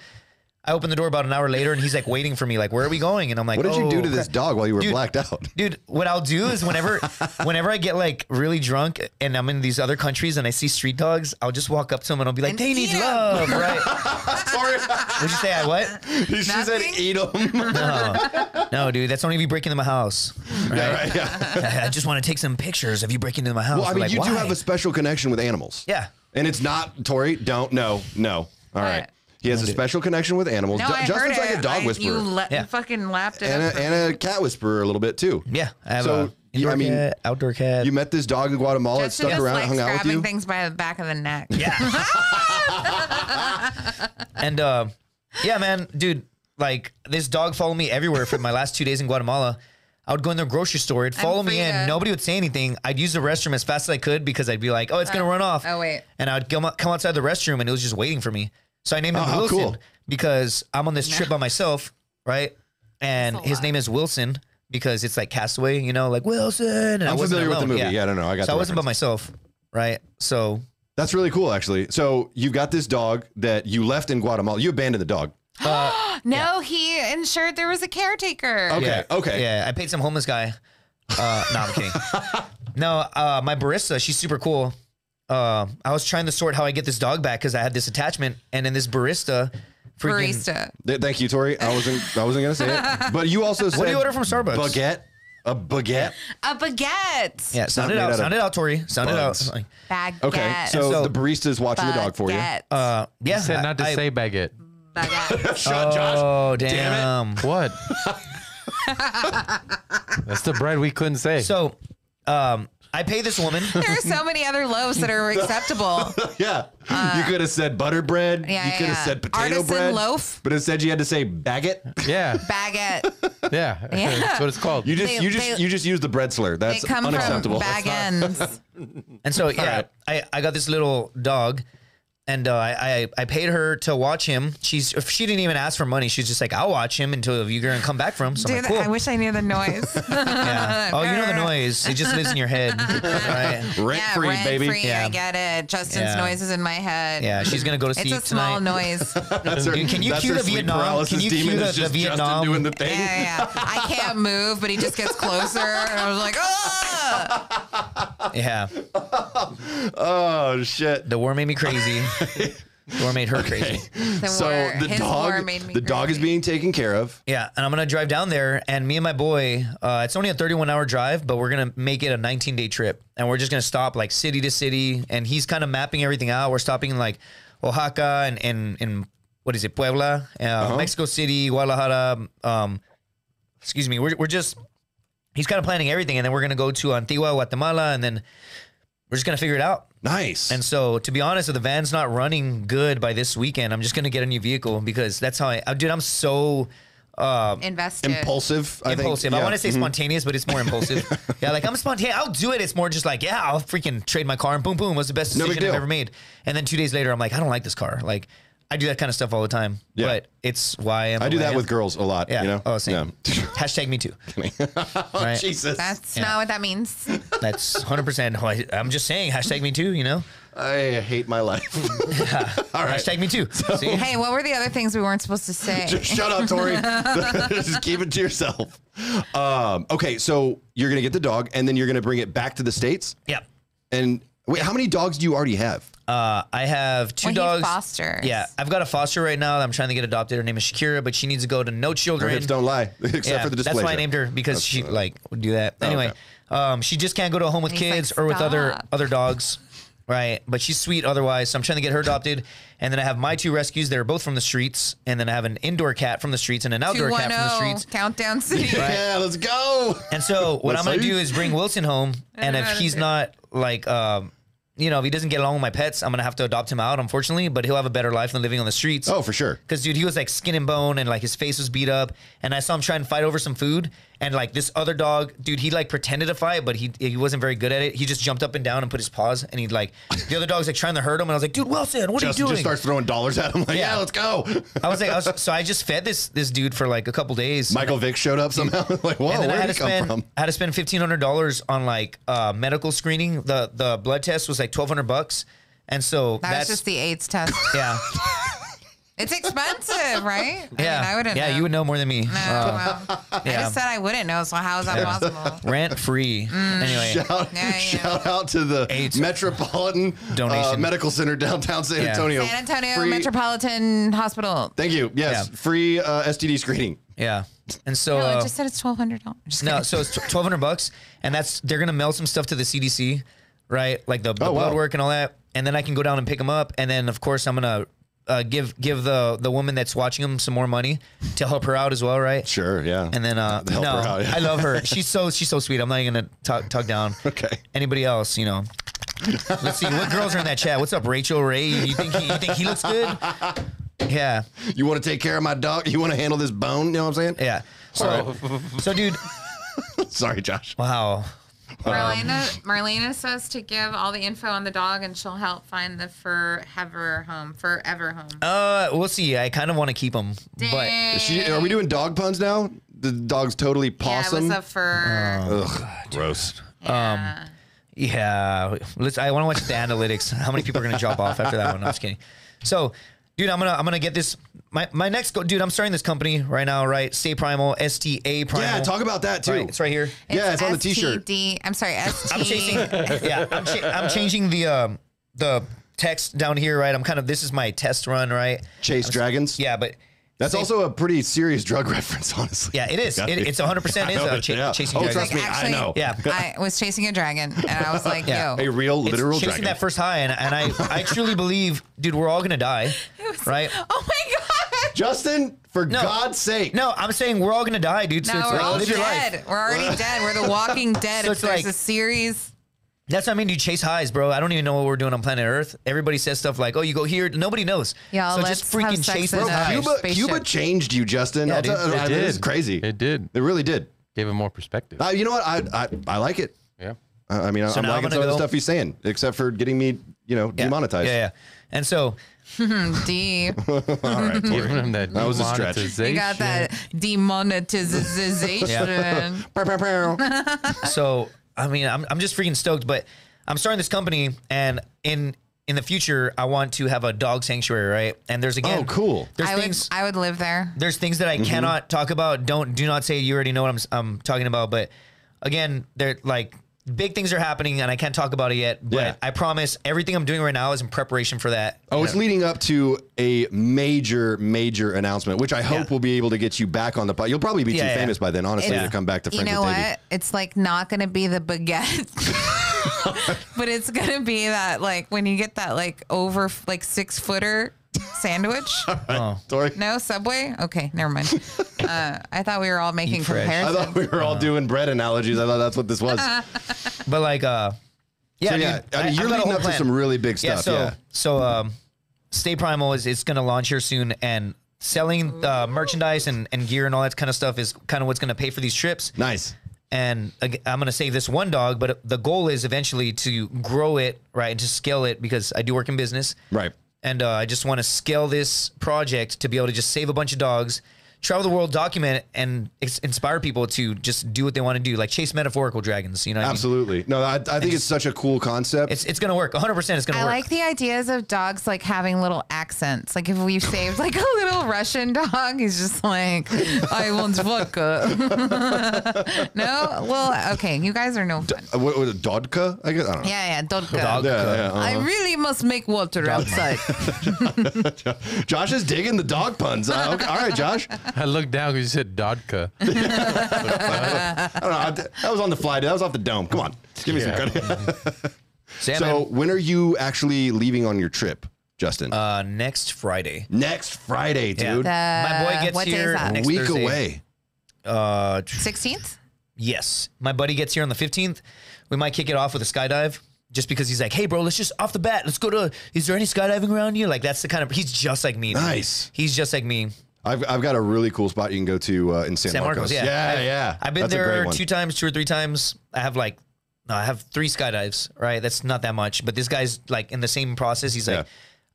Speaker 3: I open the door about an hour later and he's like waiting for me, like, where are we going? And I'm like,
Speaker 2: what did you
Speaker 3: "Oh,
Speaker 2: do to
Speaker 3: crap."
Speaker 2: this dog while you were
Speaker 3: Dude,
Speaker 1: [laughs]
Speaker 2: blacked out?
Speaker 3: Dude, what I'll do is
Speaker 2: [laughs]
Speaker 3: whenever whenever I get like really drunk and I'm in these other countries and I see street dogs, I'll just walk up to them and I'll be like,
Speaker 1: And
Speaker 3: they need
Speaker 1: eat 'em.
Speaker 3: love, right?
Speaker 2: Sorry.
Speaker 3: Would you say I what?
Speaker 2: she said,
Speaker 1: Nothing?
Speaker 2: eat
Speaker 3: [laughs]
Speaker 2: him.
Speaker 3: No, no, dude, that's only if you break into my house.
Speaker 2: yeah, right, yeah.
Speaker 3: I just want to take some pictures of you breaking into my house.
Speaker 2: Well, I
Speaker 3: I'm
Speaker 2: mean,
Speaker 3: like,
Speaker 2: you do
Speaker 3: why?
Speaker 2: have a special connection with animals.
Speaker 3: Yeah.
Speaker 2: And it's not, Tori, don't, no, no. All right. He has a special connection with animals.
Speaker 1: No,
Speaker 2: Ju-
Speaker 1: I heard
Speaker 2: Justin's like
Speaker 1: it.
Speaker 2: a dog
Speaker 1: I-
Speaker 2: whisperer.
Speaker 1: You le-
Speaker 3: Yeah.
Speaker 1: fucking lapped it.
Speaker 2: and,
Speaker 1: up
Speaker 2: a,
Speaker 1: for
Speaker 2: and a cat whisperer a little bit too.
Speaker 3: yeah. I have
Speaker 2: So,
Speaker 3: a
Speaker 2: yeah,
Speaker 3: indoor
Speaker 2: I mean,
Speaker 3: cat, outdoor cat.
Speaker 2: You met this dog in Guatemala, it
Speaker 1: Justin
Speaker 2: stuck
Speaker 1: just
Speaker 2: around,
Speaker 1: likes
Speaker 2: hung out with
Speaker 1: grabbing
Speaker 2: you.
Speaker 1: things by the back of the neck.
Speaker 3: yeah. and uh, yeah, man, dude, like this dog followed me everywhere for my last two days in Guatemala. I would go in the grocery store, it'd follow me in.
Speaker 1: Frida.
Speaker 3: Nobody would say anything. I'd use the restroom as fast as I could because I'd be like, oh, it's going to run off.
Speaker 1: [laughs] oh, wait.
Speaker 3: And I'd come, out- come outside the restroom and it was just waiting for me. So I named him
Speaker 2: Oh, how
Speaker 3: Wilson
Speaker 2: cool.
Speaker 3: because I'm on this trip by myself, right? And
Speaker 1: That's a
Speaker 3: his
Speaker 1: lot.
Speaker 3: name is Wilson because it's like Castaway, you know, like Wilson. And I
Speaker 2: I'm
Speaker 3: wasn't
Speaker 2: familiar with the
Speaker 3: alone.
Speaker 2: movie. Yeah, I don't know. I got
Speaker 3: so I
Speaker 2: the
Speaker 3: wasn't by myself, right? So
Speaker 2: That's really cool, actually. So you've got this dog that you left in Guatemala. You abandoned the dog.
Speaker 1: No, he ensured there was a caretaker.
Speaker 2: Okay. okay.
Speaker 3: Yeah, I paid some homeless guy. Uh, no, I'm kidding.
Speaker 2: [laughs]
Speaker 3: no, uh, my barista, she's super cool. Uh, I was trying to sort how I get this dog back because I had this attachment, and then this barista, freaking,
Speaker 1: Barista.
Speaker 2: Th- thank you, Tori. I wasn't. I wasn't gonna say
Speaker 1: [laughs]
Speaker 2: it. But you also said.
Speaker 3: What do you order from Starbucks?
Speaker 2: Baguette. A baguette.
Speaker 1: A baguette.
Speaker 3: Yeah, sound it
Speaker 2: made out
Speaker 3: out,
Speaker 2: of
Speaker 3: sound it out, Tori, sound
Speaker 2: bugs.
Speaker 3: it out.
Speaker 1: Baguette.
Speaker 2: Okay. So,
Speaker 3: So-
Speaker 2: the barista is watching the dog for you.
Speaker 1: Baguette.
Speaker 3: Uh, yeah,
Speaker 4: He said not to
Speaker 3: I-
Speaker 4: say baguette.
Speaker 1: Baguette.
Speaker 2: [laughs] Shut,
Speaker 3: Oh damn!
Speaker 4: What? That's the bread we couldn't say.
Speaker 3: So, um, I pay this woman.
Speaker 1: There are
Speaker 2: [laughs]
Speaker 1: so many other loaves that are acceptable.
Speaker 2: [laughs] Yeah. you could have said butter bread.
Speaker 1: Uh, yeah,
Speaker 2: you could have
Speaker 1: yeah.
Speaker 2: said potato
Speaker 1: Artisan
Speaker 2: bread.
Speaker 1: loaf.
Speaker 2: But instead you had to say baguette.
Speaker 4: Yeah,
Speaker 1: Baguette.
Speaker 4: yeah.
Speaker 1: Yeah.
Speaker 4: That's what it's called.
Speaker 2: You just
Speaker 1: They-
Speaker 2: you just
Speaker 1: they-
Speaker 2: you just used the bread slur.
Speaker 1: They
Speaker 2: That's
Speaker 1: come
Speaker 2: unacceptable.
Speaker 1: from bag
Speaker 2: [laughs]
Speaker 1: ends.
Speaker 3: And
Speaker 4: [laughs]
Speaker 3: so yeah, I, I got this little dog, and uh, I, I I paid her to watch him. She's she didn't even ask for money. She's just like I'll watch him until you're gonna come back from. So I'm
Speaker 1: Dude,
Speaker 3: like, cool.
Speaker 1: I wish I knew the
Speaker 2: [laughs]
Speaker 1: noise. [laughs]
Speaker 3: Yeah. Oh, you know the noise. It just lives in your head. right?
Speaker 2: Rent
Speaker 1: yeah,
Speaker 2: free,
Speaker 1: rent
Speaker 2: baby.
Speaker 1: free.
Speaker 3: Yeah.
Speaker 1: I get it. Justin's
Speaker 3: Yeah.
Speaker 1: noise is in my head.
Speaker 3: Yeah, she's gonna go to
Speaker 1: It's
Speaker 3: sleep
Speaker 1: a small
Speaker 3: tonight. [laughs]
Speaker 1: noise. yeah,
Speaker 2: That's her,
Speaker 3: Can you
Speaker 2: that's
Speaker 3: cue
Speaker 2: her
Speaker 3: the
Speaker 2: sleep
Speaker 3: Vietnam-
Speaker 2: paralysis
Speaker 3: can you cue
Speaker 2: demon
Speaker 3: the-
Speaker 2: is
Speaker 3: the
Speaker 2: just Justin
Speaker 3: Vietnam-
Speaker 2: doing the thing.
Speaker 1: yeah. I can't move, but he just gets closer. And I was like, oh.
Speaker 3: Yeah.
Speaker 2: Oh shit.
Speaker 3: The war made me crazy. the war made her crazy.
Speaker 1: The
Speaker 2: so
Speaker 1: war-
Speaker 2: the
Speaker 1: his war
Speaker 2: dog the
Speaker 1: made me
Speaker 2: dog is
Speaker 1: crazy.
Speaker 2: being taken care of.
Speaker 3: Yeah, and I'm gonna drive down there, and me and my boy. Uh, it's only a 31 hour drive, but we're gonna make it a 19 day trip, and we're just gonna stop like city to city, and he's kind of mapping everything out. We're stopping in like Oaxaca and and, and what is it, Puebla, uh, Mexico City, Guadalajara. Um, excuse me. We're we're just he's kind of planning everything, and then we're gonna go to Antigua, Guatemala, and then we're just gonna figure it out.
Speaker 2: Nice.
Speaker 3: And so, to be honest, if the van's not running good by this weekend, I'm just gonna get a new vehicle because that's how I, uh, dude. I'm so
Speaker 1: Invested.
Speaker 2: impulsive. I think.
Speaker 3: impulsive. I,
Speaker 2: Yeah. Mm-hmm.
Speaker 3: want to say spontaneous, but
Speaker 2: [laughs]
Speaker 3: it's more impulsive. yeah, like I'm spontaneous. I'll do it. It's more just like, yeah, I'll freaking trade my car and boom, boom. What's the best
Speaker 2: No big
Speaker 3: decision I've
Speaker 2: deal.
Speaker 3: ever made? And then two days later, I'm like, I don't like this car. Like, I do that kind of stuff all the time.
Speaker 2: Yeah.
Speaker 3: But it's why I'm.
Speaker 2: I do
Speaker 3: the way
Speaker 2: that
Speaker 3: am.
Speaker 2: with girls a lot.
Speaker 3: Yeah.
Speaker 2: You know.
Speaker 3: Oh, same.
Speaker 2: Yeah. [laughs] Oh,
Speaker 3: Hashtag me too. [laughs] Right.
Speaker 2: Jesus.
Speaker 1: That's not what that means.
Speaker 3: That's 100. percent I'm just saying. Hashtag me too. You know.
Speaker 2: I hate my
Speaker 3: [laughs]
Speaker 2: life. All right.
Speaker 3: Hashtag
Speaker 2: [laughs]
Speaker 3: me too. See?
Speaker 1: hey, what were the other things we weren't supposed to say?
Speaker 2: Just shut up,
Speaker 1: [laughs]
Speaker 2: Tori. [laughs] Just keep it to yourself. Um, okay, so you're gonna get the dog, and then you're gonna bring it back to the states.
Speaker 3: Yeah.
Speaker 2: And wait, how many dogs do you already have?
Speaker 3: Uh, I have two
Speaker 1: Well, he
Speaker 3: dogs.
Speaker 1: fosters.
Speaker 3: Yeah, I've got a foster right now that I'm trying to get adopted. Her name is Shakira, but she needs to go to no
Speaker 2: Our
Speaker 3: children.
Speaker 2: hips don't lie, [laughs] except
Speaker 3: Yeah,
Speaker 2: for the uh, display.
Speaker 3: That's why I named her because she like would do that.
Speaker 2: Oh,
Speaker 3: Anyway, um, she just can't go to a home with
Speaker 1: And he's like,
Speaker 3: kids or with other
Speaker 1: "Stop."
Speaker 3: other dogs, right? But she's sweet otherwise. So I'm trying to get her adopted, and then I have my two rescues. They're both from the streets, and then I have an indoor cat from the streets and an outdoor cat from the
Speaker 1: 210
Speaker 3: streets. [laughs]
Speaker 1: Countdown City.
Speaker 2: Yeah, let's go.
Speaker 3: And so what I'm gonna
Speaker 2: see.
Speaker 3: do is bring Wilson home, and if
Speaker 1: know how to
Speaker 3: he's
Speaker 1: do it.
Speaker 3: not like, um, you know, if he doesn't get along with my pets, I'm gonna have to adopt him out, unfortunately. But he'll have a better life than living on the streets.
Speaker 2: Oh, for sure.
Speaker 3: Cause dude, he was like skin and bone, and like his face was beat up. And I saw him try and fight over some food, and like this other dog, dude, he like pretended to fight, but he he wasn't very good at it. He just jumped up and down and put his paws, and he like the other dog's like trying to hurt him, and I was like, dude, Wilson, what
Speaker 2: Justin
Speaker 3: are you doing?
Speaker 2: just starts throwing dollars at him. Like, yeah,
Speaker 3: Yeah.
Speaker 2: let's go.
Speaker 3: I was like, I was, so I just fed this this dude for like a couple days.
Speaker 2: Michael Vick showed up somehow. [laughs] like, whoa,
Speaker 3: and then I
Speaker 2: oh, where
Speaker 3: had
Speaker 2: did
Speaker 3: to
Speaker 2: he come
Speaker 3: spend [laughs]
Speaker 2: from?
Speaker 3: I had to spend fifteen hundred dollars on like uh, medical screening. The the blood test was like twelve hundred bucks, and so
Speaker 1: That was
Speaker 3: that's
Speaker 1: just the AIDS test.
Speaker 3: yeah
Speaker 1: It's expensive, right?
Speaker 3: yeah
Speaker 1: I, mean, I wouldn't.
Speaker 3: yeah
Speaker 1: know.
Speaker 3: you would know Uh, um, more than me.
Speaker 1: No, well, I
Speaker 3: yeah.
Speaker 1: just said Mm. I wouldn't know. So how is that
Speaker 3: [laughs]
Speaker 1: possible?
Speaker 3: Rent free. Anyway,
Speaker 2: Shout,
Speaker 1: Yeah, yeah.
Speaker 2: shout out to the
Speaker 3: AIDS.
Speaker 2: Metropolitan uh,
Speaker 3: Donation.
Speaker 2: Medical Center downtown San
Speaker 3: Yeah.
Speaker 2: Antonio.
Speaker 1: San Antonio
Speaker 2: Free-
Speaker 1: Metropolitan Hospital.
Speaker 2: Thank you. Yes,
Speaker 3: Yeah.
Speaker 2: free uh, STD screening.
Speaker 3: Yeah. And so
Speaker 1: No, I
Speaker 3: uh,
Speaker 1: just said it's twelve hundred dollars.
Speaker 3: no, so it's twelve hundred bucks, and that's they're gonna mail some stuff to the CDC, right? Like the, the
Speaker 2: Oh, wow.
Speaker 3: blood work and all that, and then I can go down and pick them up, and then of course I'm gonna. Uh, give give the the woman that's watching them some more money to help her out as well, right?
Speaker 2: Sure. Yeah.
Speaker 3: And then uh,
Speaker 2: Help
Speaker 3: no,
Speaker 2: her out, yeah.
Speaker 3: I
Speaker 2: [laughs]
Speaker 3: love her. She's so she's so sweet. I'm not even gonna talk talk down.
Speaker 2: Okay.
Speaker 3: Anybody else?
Speaker 2: [laughs]
Speaker 3: You know. Let's see what girls are in that chat. What's up, Rachel Ray? You think he, you think he
Speaker 2: [laughs]
Speaker 3: looks good? Yeah.
Speaker 2: You want to take care of my dog? You want to handle this bone? You know what I'm saying?
Speaker 3: Yeah. So so dude.
Speaker 2: [laughs] Sorry, Josh.
Speaker 3: Wow.
Speaker 1: Marlena, Marlena says to give all the info on the dog, and she'll help find the forever home. Forever home.
Speaker 3: Uh, we'll see. I kind of want to keep him, but
Speaker 1: Dang.
Speaker 2: Is she- are we doing dog puns now? The dog's totally
Speaker 1: Yeah, it was
Speaker 2: possum.
Speaker 1: a fur.
Speaker 2: Ugh, gross.
Speaker 3: Uh, um,
Speaker 1: yeah.
Speaker 3: yeah. Let's. I want to watch the analytics. How many people are gonna drop off after that one? I'm just kidding. So, dude, I'm gonna I'm gonna get this. My my next go, dude. I'm starting this company right now. Right, Stay Primal, S T A Primal.
Speaker 2: Yeah, talk about that too.
Speaker 3: Right, it's right here.
Speaker 2: Yeah, it's on the t-shirt.
Speaker 1: STD I'm sorry. ST.
Speaker 3: I'm chasing. yeah, I'm, cha- I'm changing the um the text down here. Right, I'm kind of. This is my test run. Right.
Speaker 2: Chase dragons.
Speaker 3: Yeah, but
Speaker 2: That's also a pretty serious drug [laughs] reference, honestly.
Speaker 3: yeah, it
Speaker 2: [laughs]
Speaker 3: is.
Speaker 2: Got
Speaker 3: It,
Speaker 2: you.
Speaker 3: it's 100 percent is
Speaker 2: I know
Speaker 3: a
Speaker 2: it,
Speaker 3: cha-
Speaker 2: yeah.
Speaker 3: chasing.
Speaker 2: Oh,
Speaker 3: dragon.
Speaker 2: trust me, I
Speaker 1: Actually,
Speaker 2: know.
Speaker 3: Yeah.
Speaker 1: I was chasing a dragon, and I was like,
Speaker 3: [laughs] Yeah.
Speaker 1: [laughs]
Speaker 2: A
Speaker 1: "Yo,
Speaker 2: real
Speaker 3: It's
Speaker 2: literal
Speaker 3: chasing
Speaker 2: dragon.
Speaker 3: that first high, and, and I, I truly believe, dude, we're all gonna die, right?
Speaker 1: oh my god."
Speaker 2: Justin, for God's sake.
Speaker 3: No, I'm saying we're all gonna die, dude. So
Speaker 1: No,
Speaker 3: it's
Speaker 1: we're
Speaker 3: like,
Speaker 1: all
Speaker 3: live your life. [laughs]
Speaker 1: dead. We're already dead. We're the Walking Dead.
Speaker 3: So
Speaker 1: if
Speaker 3: it's
Speaker 1: there's
Speaker 3: like-
Speaker 1: a series,
Speaker 3: That's what I mean, dude. Chase highs, bro. I don't even know what we're doing on planet Earth. Everybody says stuff like, "Oh, you go here." Nobody knows.
Speaker 1: Yeah,
Speaker 3: So
Speaker 1: let's
Speaker 3: just
Speaker 1: have
Speaker 3: freaking
Speaker 1: sex
Speaker 3: chase
Speaker 1: in
Speaker 3: those
Speaker 1: a-
Speaker 3: highs.
Speaker 2: Cuba,
Speaker 1: spaceship.
Speaker 2: Cuba changed you, Justin.
Speaker 3: Yeah,
Speaker 2: I'll
Speaker 3: dude.
Speaker 2: tell-
Speaker 3: It
Speaker 2: I-
Speaker 4: did.
Speaker 2: This is crazy.
Speaker 4: It did.
Speaker 2: It really did.
Speaker 4: Gave it more perspective.
Speaker 2: Uh, you know what? I I, I like it. Uh,
Speaker 4: yeah.
Speaker 2: I, I mean, I- I'm
Speaker 3: now
Speaker 2: liking
Speaker 3: I'm gonna
Speaker 2: some of the
Speaker 3: go-
Speaker 2: stuff he's saying, except for getting me, you know, demonetized.
Speaker 3: Yeah, yeah. And so
Speaker 1: Deep.
Speaker 3: [laughs]
Speaker 4: Giving him that. That
Speaker 2: was a stretch.
Speaker 1: You got that demonetization. [laughs]
Speaker 2: Pow, pow, pow.
Speaker 3: so I mean, I'm, I'm just freaking stoked. But I'm starting this company, and in in the future, I want to have a dog sanctuary, right? And there's again,
Speaker 2: Oh, cool.
Speaker 3: There's
Speaker 1: I would,
Speaker 3: things.
Speaker 1: I would live there.
Speaker 3: there's things that I
Speaker 2: Mm-hmm.
Speaker 3: cannot talk about. Don't do not say you already know what I'm s- I'm talking about. But again, they're like big things are happening, and I can't talk about it yet. But
Speaker 2: Yeah.
Speaker 3: I promise, everything I'm doing right now is in preparation for that.
Speaker 2: Oh, it's leading up to a major, major announcement, which I hope will be able to get you back on the pod. You'll probably be
Speaker 3: Yeah,
Speaker 2: too
Speaker 3: yeah.
Speaker 2: famous by then, honestly,
Speaker 3: It's-
Speaker 2: to come back to
Speaker 1: You
Speaker 2: Frank
Speaker 1: know
Speaker 2: with Davey.
Speaker 1: what? It's like not going to be the baguette. [laughs] but it's going to be that like when you get that like over like six footer sandwich.
Speaker 2: [laughs] Sorry.
Speaker 1: No, Subway? Okay, never
Speaker 2: [laughs]
Speaker 1: mind. Uh, I thought we were all making
Speaker 3: fresh.
Speaker 2: I
Speaker 1: comparisons.
Speaker 2: thought we were all doing bread analogies. I thought that's what
Speaker 1: [laughs]
Speaker 2: this was.
Speaker 3: But like, uh, yeah,
Speaker 2: So, yeah,
Speaker 3: dude,
Speaker 2: I mean,
Speaker 3: I've
Speaker 2: you're
Speaker 3: got a
Speaker 2: leading
Speaker 3: whole
Speaker 2: up to
Speaker 3: plan.
Speaker 2: some really big stuff. Yeah.
Speaker 3: so so um, Stay Primal is it's gonna launch here soon, and selling uh, merchandise and, and gear and all that kind of stuff is kind of what's gonna pay for these trips.
Speaker 2: Nice.
Speaker 3: And ag- I'm gonna save this one dog, but the goal is eventually to grow it right and to scale it because I do work in business,
Speaker 2: Right.
Speaker 3: and uh, I just want to scale this project to be able to just save a bunch of dogs, travel the world, document, it, and ex- inspire people to just do what they want to do, like chase metaphorical dragons. You know, what I mean?
Speaker 2: Absolutely. No, I, I think it's such a cool concept.
Speaker 3: It's it's gonna work. 100. percent It's gonna
Speaker 1: I
Speaker 3: work.
Speaker 1: like the ideas of dogs like having little accents. Like if we saved like a little Russian dog, he's just like, I want vodka. [laughs] no, well, okay, you guys are no fun.
Speaker 2: Uh, what, what, Dodka? I guess. I don't know.
Speaker 1: Yeah, yeah, vodka.
Speaker 3: Dog.
Speaker 2: Yeah, yeah, uh-huh.
Speaker 1: I really must make water
Speaker 2: [laughs]
Speaker 1: outside.
Speaker 2: Josh is digging the dog puns. Uh, okay. All right, Josh.
Speaker 4: I looked down because you
Speaker 2: [laughs]
Speaker 4: said Dodka.
Speaker 2: I don't know. I, that was on the fly. dude. That was off the dome. Come on. Give me
Speaker 4: Yeah.
Speaker 2: some credit.
Speaker 3: So, yeah,
Speaker 2: so,
Speaker 3: man.
Speaker 2: when are you actually leaving on your trip, Justin?
Speaker 3: uh, next Friday.
Speaker 2: Next Friday,
Speaker 3: Yeah.
Speaker 2: dude.
Speaker 3: my boy
Speaker 1: The-
Speaker 3: gets
Speaker 1: what day is
Speaker 3: here
Speaker 1: that?
Speaker 2: A
Speaker 3: next
Speaker 2: week
Speaker 3: Thursday.
Speaker 2: away.
Speaker 3: Uh, tr-
Speaker 1: 16th?
Speaker 3: yes, my buddy gets here on the fifteenth. We might kick it off with a skydive, just because he's like, "Hey, bro, let's just off the bat, let's go to. Is there any skydiving around you? Like that's the kind of he's just like me. dude.
Speaker 2: Nice.
Speaker 3: He's just like me.
Speaker 2: I've, I've got a really cool spot you can go to uh, in San,
Speaker 3: San Marcos. Yeah,
Speaker 2: Yeah,
Speaker 3: I've,
Speaker 2: yeah.
Speaker 3: I've been
Speaker 2: That's a great
Speaker 3: there
Speaker 2: one.
Speaker 3: two times, two or three times. I have like, no, I have three skydives. Right, that's not that much. But this guy's like in the same process. He's like,
Speaker 2: Yeah.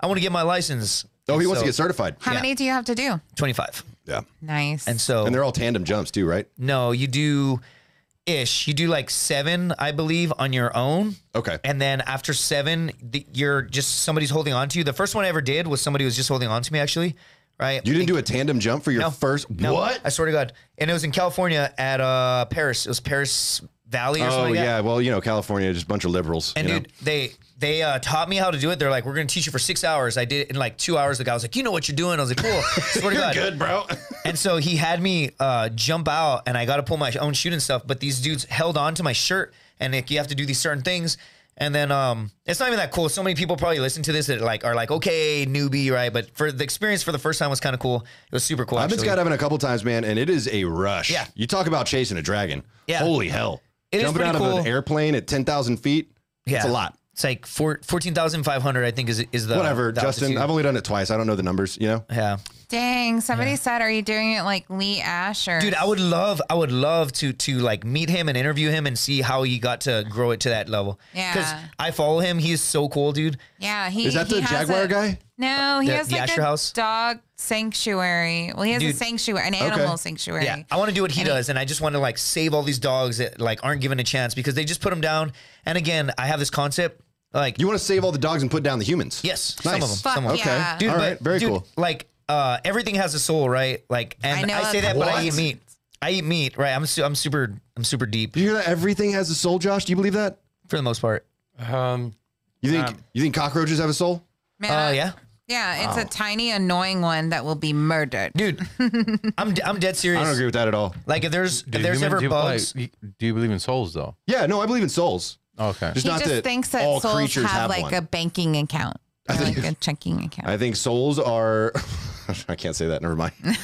Speaker 3: I want to get my license.
Speaker 2: Oh, he
Speaker 3: And
Speaker 2: wants
Speaker 3: so-
Speaker 2: to get certified.
Speaker 1: How many do you have to do?
Speaker 3: Twenty five.
Speaker 2: Yeah.
Speaker 1: Nice.
Speaker 3: And so
Speaker 2: And they're all tandem jumps too, right?
Speaker 3: No, you do ish. You do like seven, I believe, on your own.
Speaker 2: Okay.
Speaker 3: And then after seven, the, you're just somebody's holding on to you. The first one I ever did was somebody was just holding on to me, actually. Right?
Speaker 2: You didn't do a tandem jump for your
Speaker 3: No.
Speaker 2: first
Speaker 3: No,
Speaker 2: what?
Speaker 3: I swear to God. And it was in California at uh Paris. It was Paris Valley or
Speaker 2: Oh
Speaker 3: something like that.
Speaker 2: yeah, well you know California, just a bunch of liberals.
Speaker 3: And
Speaker 2: you know?
Speaker 3: dude, they they uh, taught me how to do it. They're like, we're gonna teach you for six hours. I did it in like two hours. The guy was like, you know what you're doing. I was like, cool.
Speaker 2: [laughs]
Speaker 3: I swear to God.
Speaker 2: good
Speaker 3: [laughs]
Speaker 2: bro.
Speaker 3: And so he had me uh, jump out, and I got to pull my own shoot and stuff. But these dudes held on to my shirt, and like you have to do these certain things. And then um, it's not even that cool. So many people probably listen to this that like are like, okay, newbie, right? But for the experience for the first time was kind of cool. It was super cool.
Speaker 2: I've been
Speaker 3: actually.
Speaker 2: skydiving a couple times, man, and it is a rush.
Speaker 3: Yeah.
Speaker 2: You talk about chasing a dragon.
Speaker 3: Yeah.
Speaker 2: Holy hell.
Speaker 3: It is
Speaker 2: Jumping
Speaker 3: pretty
Speaker 2: out of
Speaker 3: cool.
Speaker 2: an airplane at ten thousand feet. It's a lot.
Speaker 3: It's like four, 14,500, I think, is is the
Speaker 2: Whatever,
Speaker 3: the
Speaker 2: Justin.
Speaker 3: altitude.
Speaker 2: I've only done it twice. I don't know the numbers, you know?
Speaker 3: yeah,
Speaker 1: Dang, somebody said, are you doing it like Lee Ash or
Speaker 3: dude, I would love, I would love to to like meet him and interview him and see how he got to grow it to that level.
Speaker 1: Yeah.
Speaker 3: I follow him. He's so cool, dude.
Speaker 1: Yeah, he
Speaker 2: Is that
Speaker 1: he
Speaker 2: the
Speaker 1: has
Speaker 2: Jaguar
Speaker 1: a-
Speaker 2: guy?
Speaker 1: No, he
Speaker 3: The-
Speaker 1: has
Speaker 3: the
Speaker 1: like
Speaker 3: Asher
Speaker 1: a
Speaker 3: house?
Speaker 1: dog sanctuary. Well, he has a
Speaker 3: Dude.
Speaker 1: sanctuary, an animal sanctuary.
Speaker 3: Yeah, I want to do what he
Speaker 1: And he-
Speaker 3: does, and I just want to like save all these dogs that like aren't given a chance because they just put them down. And again, I have this concept like
Speaker 2: You want to save all the dogs and put down the humans.
Speaker 3: yes, some of
Speaker 2: Nice.
Speaker 3: them,
Speaker 1: Fuck
Speaker 3: some of them.
Speaker 2: Okay.
Speaker 1: Yeah.
Speaker 3: Dude,
Speaker 2: all
Speaker 3: but-
Speaker 2: right, very
Speaker 3: dude,
Speaker 2: cool.
Speaker 3: Like uh, everything has a soul, right? Like,
Speaker 1: I
Speaker 3: and
Speaker 1: know
Speaker 3: I, say
Speaker 1: that.
Speaker 3: that, but I eat
Speaker 1: What?
Speaker 3: meat. I eat meat, right? I'm su- I'm super I'm super deep
Speaker 2: Do you hear that everything has a soul, Josh? Do you believe that?
Speaker 3: for the most part.
Speaker 4: Um,
Speaker 2: You think you think cockroaches have a soul?
Speaker 1: Man,
Speaker 3: Uh,
Speaker 1: I-
Speaker 3: yeah,
Speaker 1: yeah, it's a tiny, annoying one that will be murdered.
Speaker 3: dude,
Speaker 1: [laughs]
Speaker 3: I'm d- I'm dead
Speaker 2: I don't
Speaker 3: serious.
Speaker 2: agree with that at all.
Speaker 3: Like if there's
Speaker 4: do
Speaker 3: if there's
Speaker 4: human-
Speaker 3: ever
Speaker 4: do you-
Speaker 3: bugs,
Speaker 4: like, you- do you believe in souls though?
Speaker 2: Yeah, no, I believe in souls.
Speaker 4: Okay.
Speaker 2: Just
Speaker 1: he
Speaker 2: not
Speaker 1: just
Speaker 2: that
Speaker 1: thinks that
Speaker 2: all
Speaker 1: souls
Speaker 2: creatures
Speaker 1: have,
Speaker 2: have
Speaker 1: like
Speaker 2: one.
Speaker 1: a banking account
Speaker 3: [laughs]
Speaker 1: or like a checking account.
Speaker 2: I think souls are. [laughs] I can't say that.
Speaker 1: [laughs]
Speaker 2: Never mind. [laughs]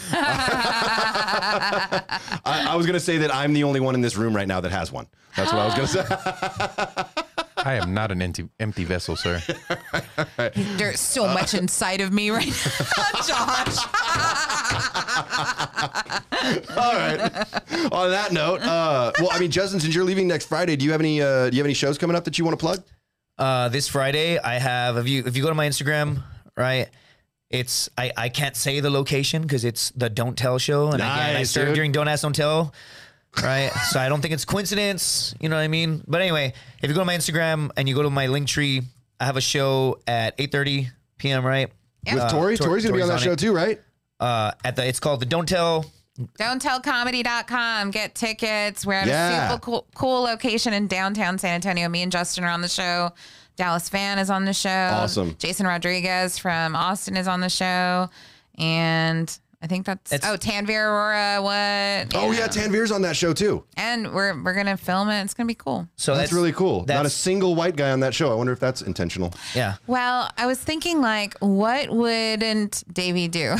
Speaker 2: I, I was gonna say that I'm the only one in this room right now that has one. That's what I was gonna say.
Speaker 4: I am not an empty, empty
Speaker 2: [laughs]
Speaker 4: vessel, sir.
Speaker 1: There's so
Speaker 3: Uh, [laughs]
Speaker 1: much inside of me right now, [laughs] Josh.
Speaker 2: All right. [laughs] On that note, uh, well, I mean, Justin, since you're leaving next Friday, do you have any uh, do you have any shows coming up that you want to plug?
Speaker 3: Uh, this Friday, I have if you if you go to my Instagram, right? It's I I can't say the location because it's the Don't Tell show, and again, I
Speaker 2: Nice,
Speaker 3: started
Speaker 2: dude.
Speaker 3: during Don't Ask Don't Tell, right? so I don't think it's coincidence. You know what I mean? But anyway, if you go to my Instagram and you go to my link tree, I have a show at eight thirty p.m. Right?
Speaker 2: With Tori,
Speaker 3: Uh, Tor-
Speaker 2: Tori's gonna be on that
Speaker 3: Tori's on
Speaker 2: show
Speaker 3: it.
Speaker 2: too, right?
Speaker 3: Uh, at the it's called the Don't Tell.
Speaker 1: Don'tTellComedy.com. Get tickets. We're at
Speaker 2: Yeah.
Speaker 1: a super cool, cool location in downtown San Antonio. Me and Justin are on the show. Dallas Fan is on the show.
Speaker 2: Awesome.
Speaker 1: Jason Rodriguez from Austin is on the show. And I think that's
Speaker 3: It's-
Speaker 1: oh Tanvir Aurora. What?
Speaker 2: Oh yeah, Tanvir's on that show too.
Speaker 1: And we're we're gonna film it. It's gonna be cool.
Speaker 3: So
Speaker 2: That's, really cool. Not a
Speaker 3: that's-
Speaker 2: single white guy on that show. I wonder if that's intentional.
Speaker 3: Yeah.
Speaker 1: Well, I was thinking like, what wouldn't Davey
Speaker 2: [laughs]
Speaker 1: do?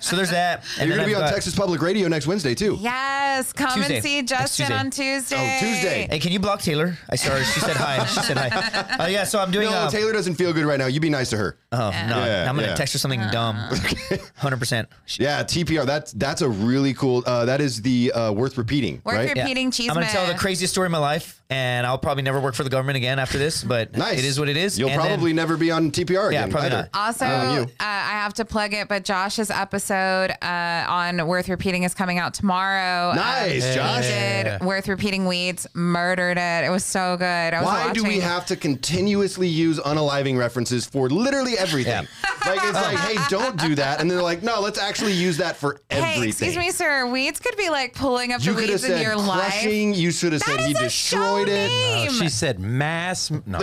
Speaker 3: So there's that.
Speaker 2: [laughs]
Speaker 3: And
Speaker 2: You're gonna
Speaker 3: then
Speaker 2: be
Speaker 3: I've
Speaker 2: on
Speaker 3: got-
Speaker 2: Texas Public Radio next Wednesday too.
Speaker 1: yes, come
Speaker 3: Tuesday.
Speaker 1: and see
Speaker 3: Next
Speaker 1: Justin
Speaker 3: Tuesday.
Speaker 1: on Tuesday.
Speaker 2: Oh, Tuesday.
Speaker 3: Hey, can you block Taylor? I saw her. She said hi. She
Speaker 2: [laughs]
Speaker 3: said hi. Oh yeah. So I'm doing.
Speaker 2: No,
Speaker 3: um,
Speaker 2: Taylor doesn't feel good right now. You be nice to her.
Speaker 3: Oh no!
Speaker 2: Yeah,
Speaker 3: I'm gonna
Speaker 2: yeah.
Speaker 3: text her
Speaker 1: Uh-uh.
Speaker 3: something dumb. Hundred percent.
Speaker 2: yeah, TPR. That's that's a really cool. Uh, that is the uh, worth repeating,
Speaker 1: Worth
Speaker 2: right?
Speaker 1: repeating. Eating cheese
Speaker 3: I'm gonna tell the
Speaker 1: man.
Speaker 3: craziest story of my life, and I'll probably never work for the government again after this. But
Speaker 2: Nice.
Speaker 3: it is what it is.
Speaker 2: You'll
Speaker 3: And then-
Speaker 2: probably never be on TPR
Speaker 3: Yeah,
Speaker 2: again.
Speaker 3: probably
Speaker 2: either.
Speaker 3: not.
Speaker 1: Also,
Speaker 2: Oh, you.
Speaker 1: uh, I have to plug it, but Josh's episode uh, on Worth Repeating is coming out tomorrow.
Speaker 2: Nice,
Speaker 1: Um, we
Speaker 2: Josh.
Speaker 1: did
Speaker 4: Yeah.
Speaker 1: Worth Repeating Weeds, murdered it. It was so good. I was
Speaker 2: Why do we
Speaker 1: watching-
Speaker 2: have to continuously use unaliving references for literally everything?
Speaker 1: [laughs]
Speaker 2: Like it's like, hey, don't do that, and they're like, no, let's actually use that for everything.
Speaker 1: Hey, excuse me, sir. Weeds could be like pulling up
Speaker 2: You
Speaker 1: the
Speaker 2: could have
Speaker 1: weeds
Speaker 2: said
Speaker 1: in your life.
Speaker 2: crushing. You should have
Speaker 1: That
Speaker 2: said
Speaker 1: is
Speaker 2: he
Speaker 1: a
Speaker 2: destroyed
Speaker 1: show
Speaker 2: it.
Speaker 3: Oh,
Speaker 1: name.
Speaker 4: She said mass. No.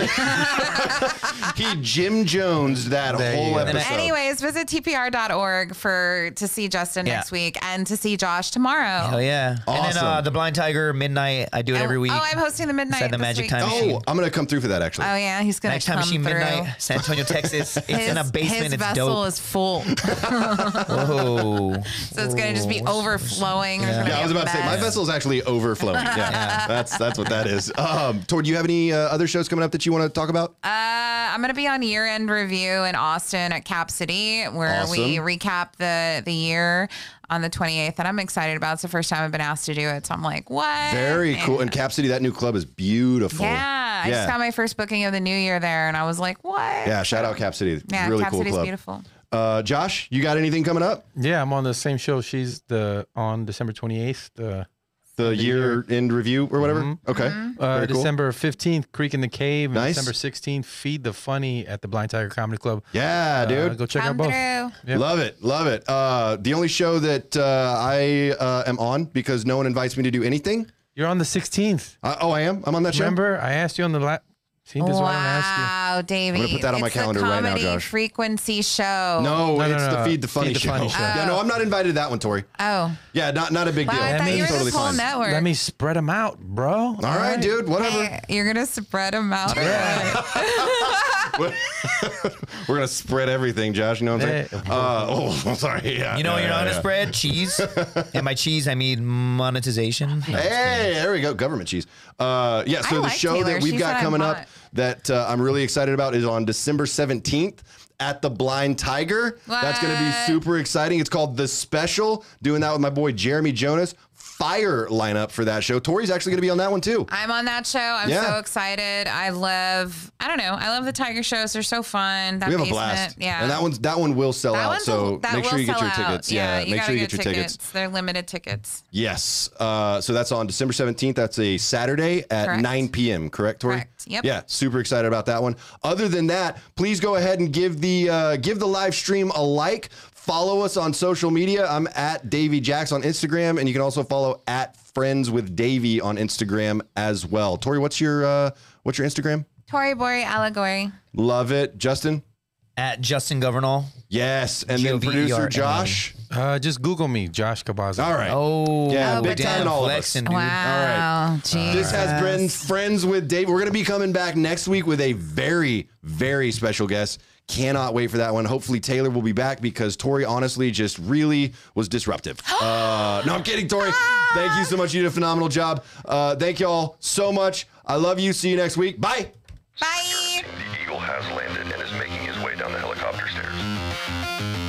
Speaker 2: He Jim Jones that
Speaker 4: There you
Speaker 2: whole
Speaker 4: go.
Speaker 2: episode.
Speaker 1: Anyways, visit tpr.org for to see Justin
Speaker 3: Yeah.
Speaker 1: next week and to see Josh tomorrow.
Speaker 3: Oh yeah. And then uh,
Speaker 2: Awesome.
Speaker 3: the Blind Tiger midnight. I do it every week.
Speaker 1: Oh, I'm hosting the midnight.
Speaker 3: Inside the
Speaker 1: this
Speaker 3: Magic
Speaker 1: week.
Speaker 3: Time Machine.
Speaker 2: Oh, I'm gonna come through for that actually.
Speaker 1: Oh yeah, he's gonna
Speaker 3: Nighttime
Speaker 1: come
Speaker 3: Machine
Speaker 1: through.
Speaker 3: midnight, San Antonio, Texas. It's
Speaker 1: His,
Speaker 3: in a basement.
Speaker 1: his
Speaker 3: it's
Speaker 1: vessel
Speaker 3: dope.
Speaker 1: is full.
Speaker 3: Whoa.
Speaker 1: So it's gonna just
Speaker 4: Oh,
Speaker 1: be overflowing. There's gonna
Speaker 2: Yeah,
Speaker 1: be
Speaker 2: I was
Speaker 1: a
Speaker 2: about to say my
Speaker 1: mess.
Speaker 2: vessel's actually
Speaker 1: [laughs]
Speaker 2: overflowing. Yeah, that's that's what that is. Um, Tor, do you have any uh, other shows coming up that you want to talk about?
Speaker 1: Uh, I'm gonna be on year end review in Austin at Cap City, where we
Speaker 2: Awesome.
Speaker 1: recap the the year on the 28th, and I'm excited about. it. It's the first time I've been asked to do it, so I'm like, what?
Speaker 2: Very cool. And Cap City, that new club is beautiful.
Speaker 1: Yeah, I just got my first booking of the new year there, and I was like, what?
Speaker 2: Yeah, shout out Cap City.
Speaker 1: Yeah,
Speaker 2: really
Speaker 1: Cap
Speaker 2: cool
Speaker 1: City's
Speaker 2: club.
Speaker 1: beautiful.
Speaker 2: Uh, Josh, you got anything coming up?
Speaker 4: yeah, I'm on the same show. She's the on December uh, 28th. The
Speaker 2: The, year, end review or whatever? Okay.
Speaker 1: Mm-hmm.
Speaker 4: Uh,
Speaker 2: Very cool.
Speaker 4: December 15th, Creek in the Cave. and
Speaker 2: Nice.
Speaker 4: December 16th, Feed the Funny at the Blind Tiger Comedy Club.
Speaker 2: Yeah,
Speaker 4: Uh,
Speaker 2: dude.
Speaker 4: go check
Speaker 1: Come
Speaker 4: out both.
Speaker 1: through.
Speaker 4: Yeah.
Speaker 2: Love it. Love it. Uh, the only show that uh, I uh, am on because no one invites me to do anything.
Speaker 4: You're on the 16th.
Speaker 2: Uh, oh, I am? I'm on that show?
Speaker 4: Remember, I asked you on the last. See, this is what I'm asking.
Speaker 1: Wow, Davey.
Speaker 2: I'm gonna put that on my
Speaker 1: It's the
Speaker 2: calendar right now,
Speaker 1: comedy
Speaker 2: Josh.
Speaker 1: Frequency show.
Speaker 2: No,
Speaker 4: No, no,
Speaker 2: it's
Speaker 4: no.
Speaker 2: the Feed the Funny
Speaker 4: Feed the
Speaker 2: show.
Speaker 4: Funny Show.
Speaker 2: [laughs] Yeah, no, I'm not invited to that one, Tori.
Speaker 1: Oh,
Speaker 2: Yeah, not not a big
Speaker 1: wow!
Speaker 2: deal.
Speaker 1: I thought
Speaker 4: That
Speaker 1: you were
Speaker 2: it's
Speaker 4: means-
Speaker 2: totally
Speaker 1: this whole
Speaker 2: fine.
Speaker 1: network.
Speaker 4: Let me spread them out, bro. All
Speaker 2: All right, dude, whatever.
Speaker 1: Hey, you're gonna spread them out.
Speaker 4: Yeah.
Speaker 2: We're gonna spread everything, Josh. You know what I'm saying?
Speaker 4: Hey.
Speaker 2: Uh, [laughs] oh, I'm sorry. Yeah,
Speaker 3: You know
Speaker 2: yeah,
Speaker 3: what you're
Speaker 2: yeah,
Speaker 3: not gonna
Speaker 2: yeah. [laughs]
Speaker 3: spread cheese, and by cheese I mean monetization.
Speaker 2: Hey, there we go. Government cheese. Uh, yeah, so
Speaker 1: I
Speaker 2: the
Speaker 1: like
Speaker 2: show
Speaker 1: Taylor.
Speaker 2: that
Speaker 1: She's
Speaker 2: we've
Speaker 1: what
Speaker 2: got
Speaker 1: I
Speaker 2: coming
Speaker 1: want.
Speaker 2: up that uh, I'm really excited about is on December 17th at the Blind Tiger. That's going to be
Speaker 1: What?
Speaker 2: super exciting. It's called The Special. Doing that with my boy Jeremy Jonas. Fire lineup for that show. Tori's actually going to be on that one too.
Speaker 1: I'm on that show. I'm
Speaker 2: Yeah.
Speaker 1: so excited. I love. I don't know. I love the Tiger shows. They're so fun. That
Speaker 2: We have a
Speaker 1: basement.
Speaker 2: blast.
Speaker 1: Yeah.
Speaker 2: And that one's that one will sell
Speaker 1: That
Speaker 2: out.
Speaker 1: one's a-
Speaker 2: So
Speaker 1: that
Speaker 2: make sure
Speaker 1: will
Speaker 2: you get
Speaker 1: sell
Speaker 2: your
Speaker 1: out.
Speaker 2: tickets. Yeah, make
Speaker 1: gotta
Speaker 2: sure you get your tickets.
Speaker 1: They're limited tickets.
Speaker 2: Yes. Uh, so that's on December 17th. That's a Saturday at
Speaker 1: Correct.
Speaker 2: 9 p.m., correct, Tori?
Speaker 1: Correct. Yep.
Speaker 2: Yeah, super excited about that one. Other than that, please go ahead and give the uh, give the live stream a like. Follow us on social media. I'm at Davy Jax on Instagram, and you can also follow at Friends with Davy on Instagram as well. Tori, what's your uh, what's your Instagram?
Speaker 1: Tori Bori Allegory.
Speaker 2: Love it. Justin?
Speaker 3: At Justin Governal.
Speaker 2: Yes. And then producer
Speaker 3: G-O-V-E-R-N-A.
Speaker 2: Josh.
Speaker 4: Uh, just Google me, Josh Kabaza.
Speaker 2: All right.
Speaker 3: Oh,
Speaker 2: Yeah, big
Speaker 3: damn,
Speaker 2: time in all Uh, of us.
Speaker 3: flexing, dude.
Speaker 1: Wow. Jeez.
Speaker 2: This has been Friends with Dave. We're going to be coming back next week with a very, very special guest. Cannot wait for that one. Hopefully Taylor will be back because Tori honestly just really was [gasps] disruptive. Uh, no, I'm kidding, Tori. Thank you so much. You did a phenomenal job. Uh, thank y'all so much. I love you. See you next week. Bye.
Speaker 1: Bye.
Speaker 5: The eagle has landed and is making his way down the helicopter stairs.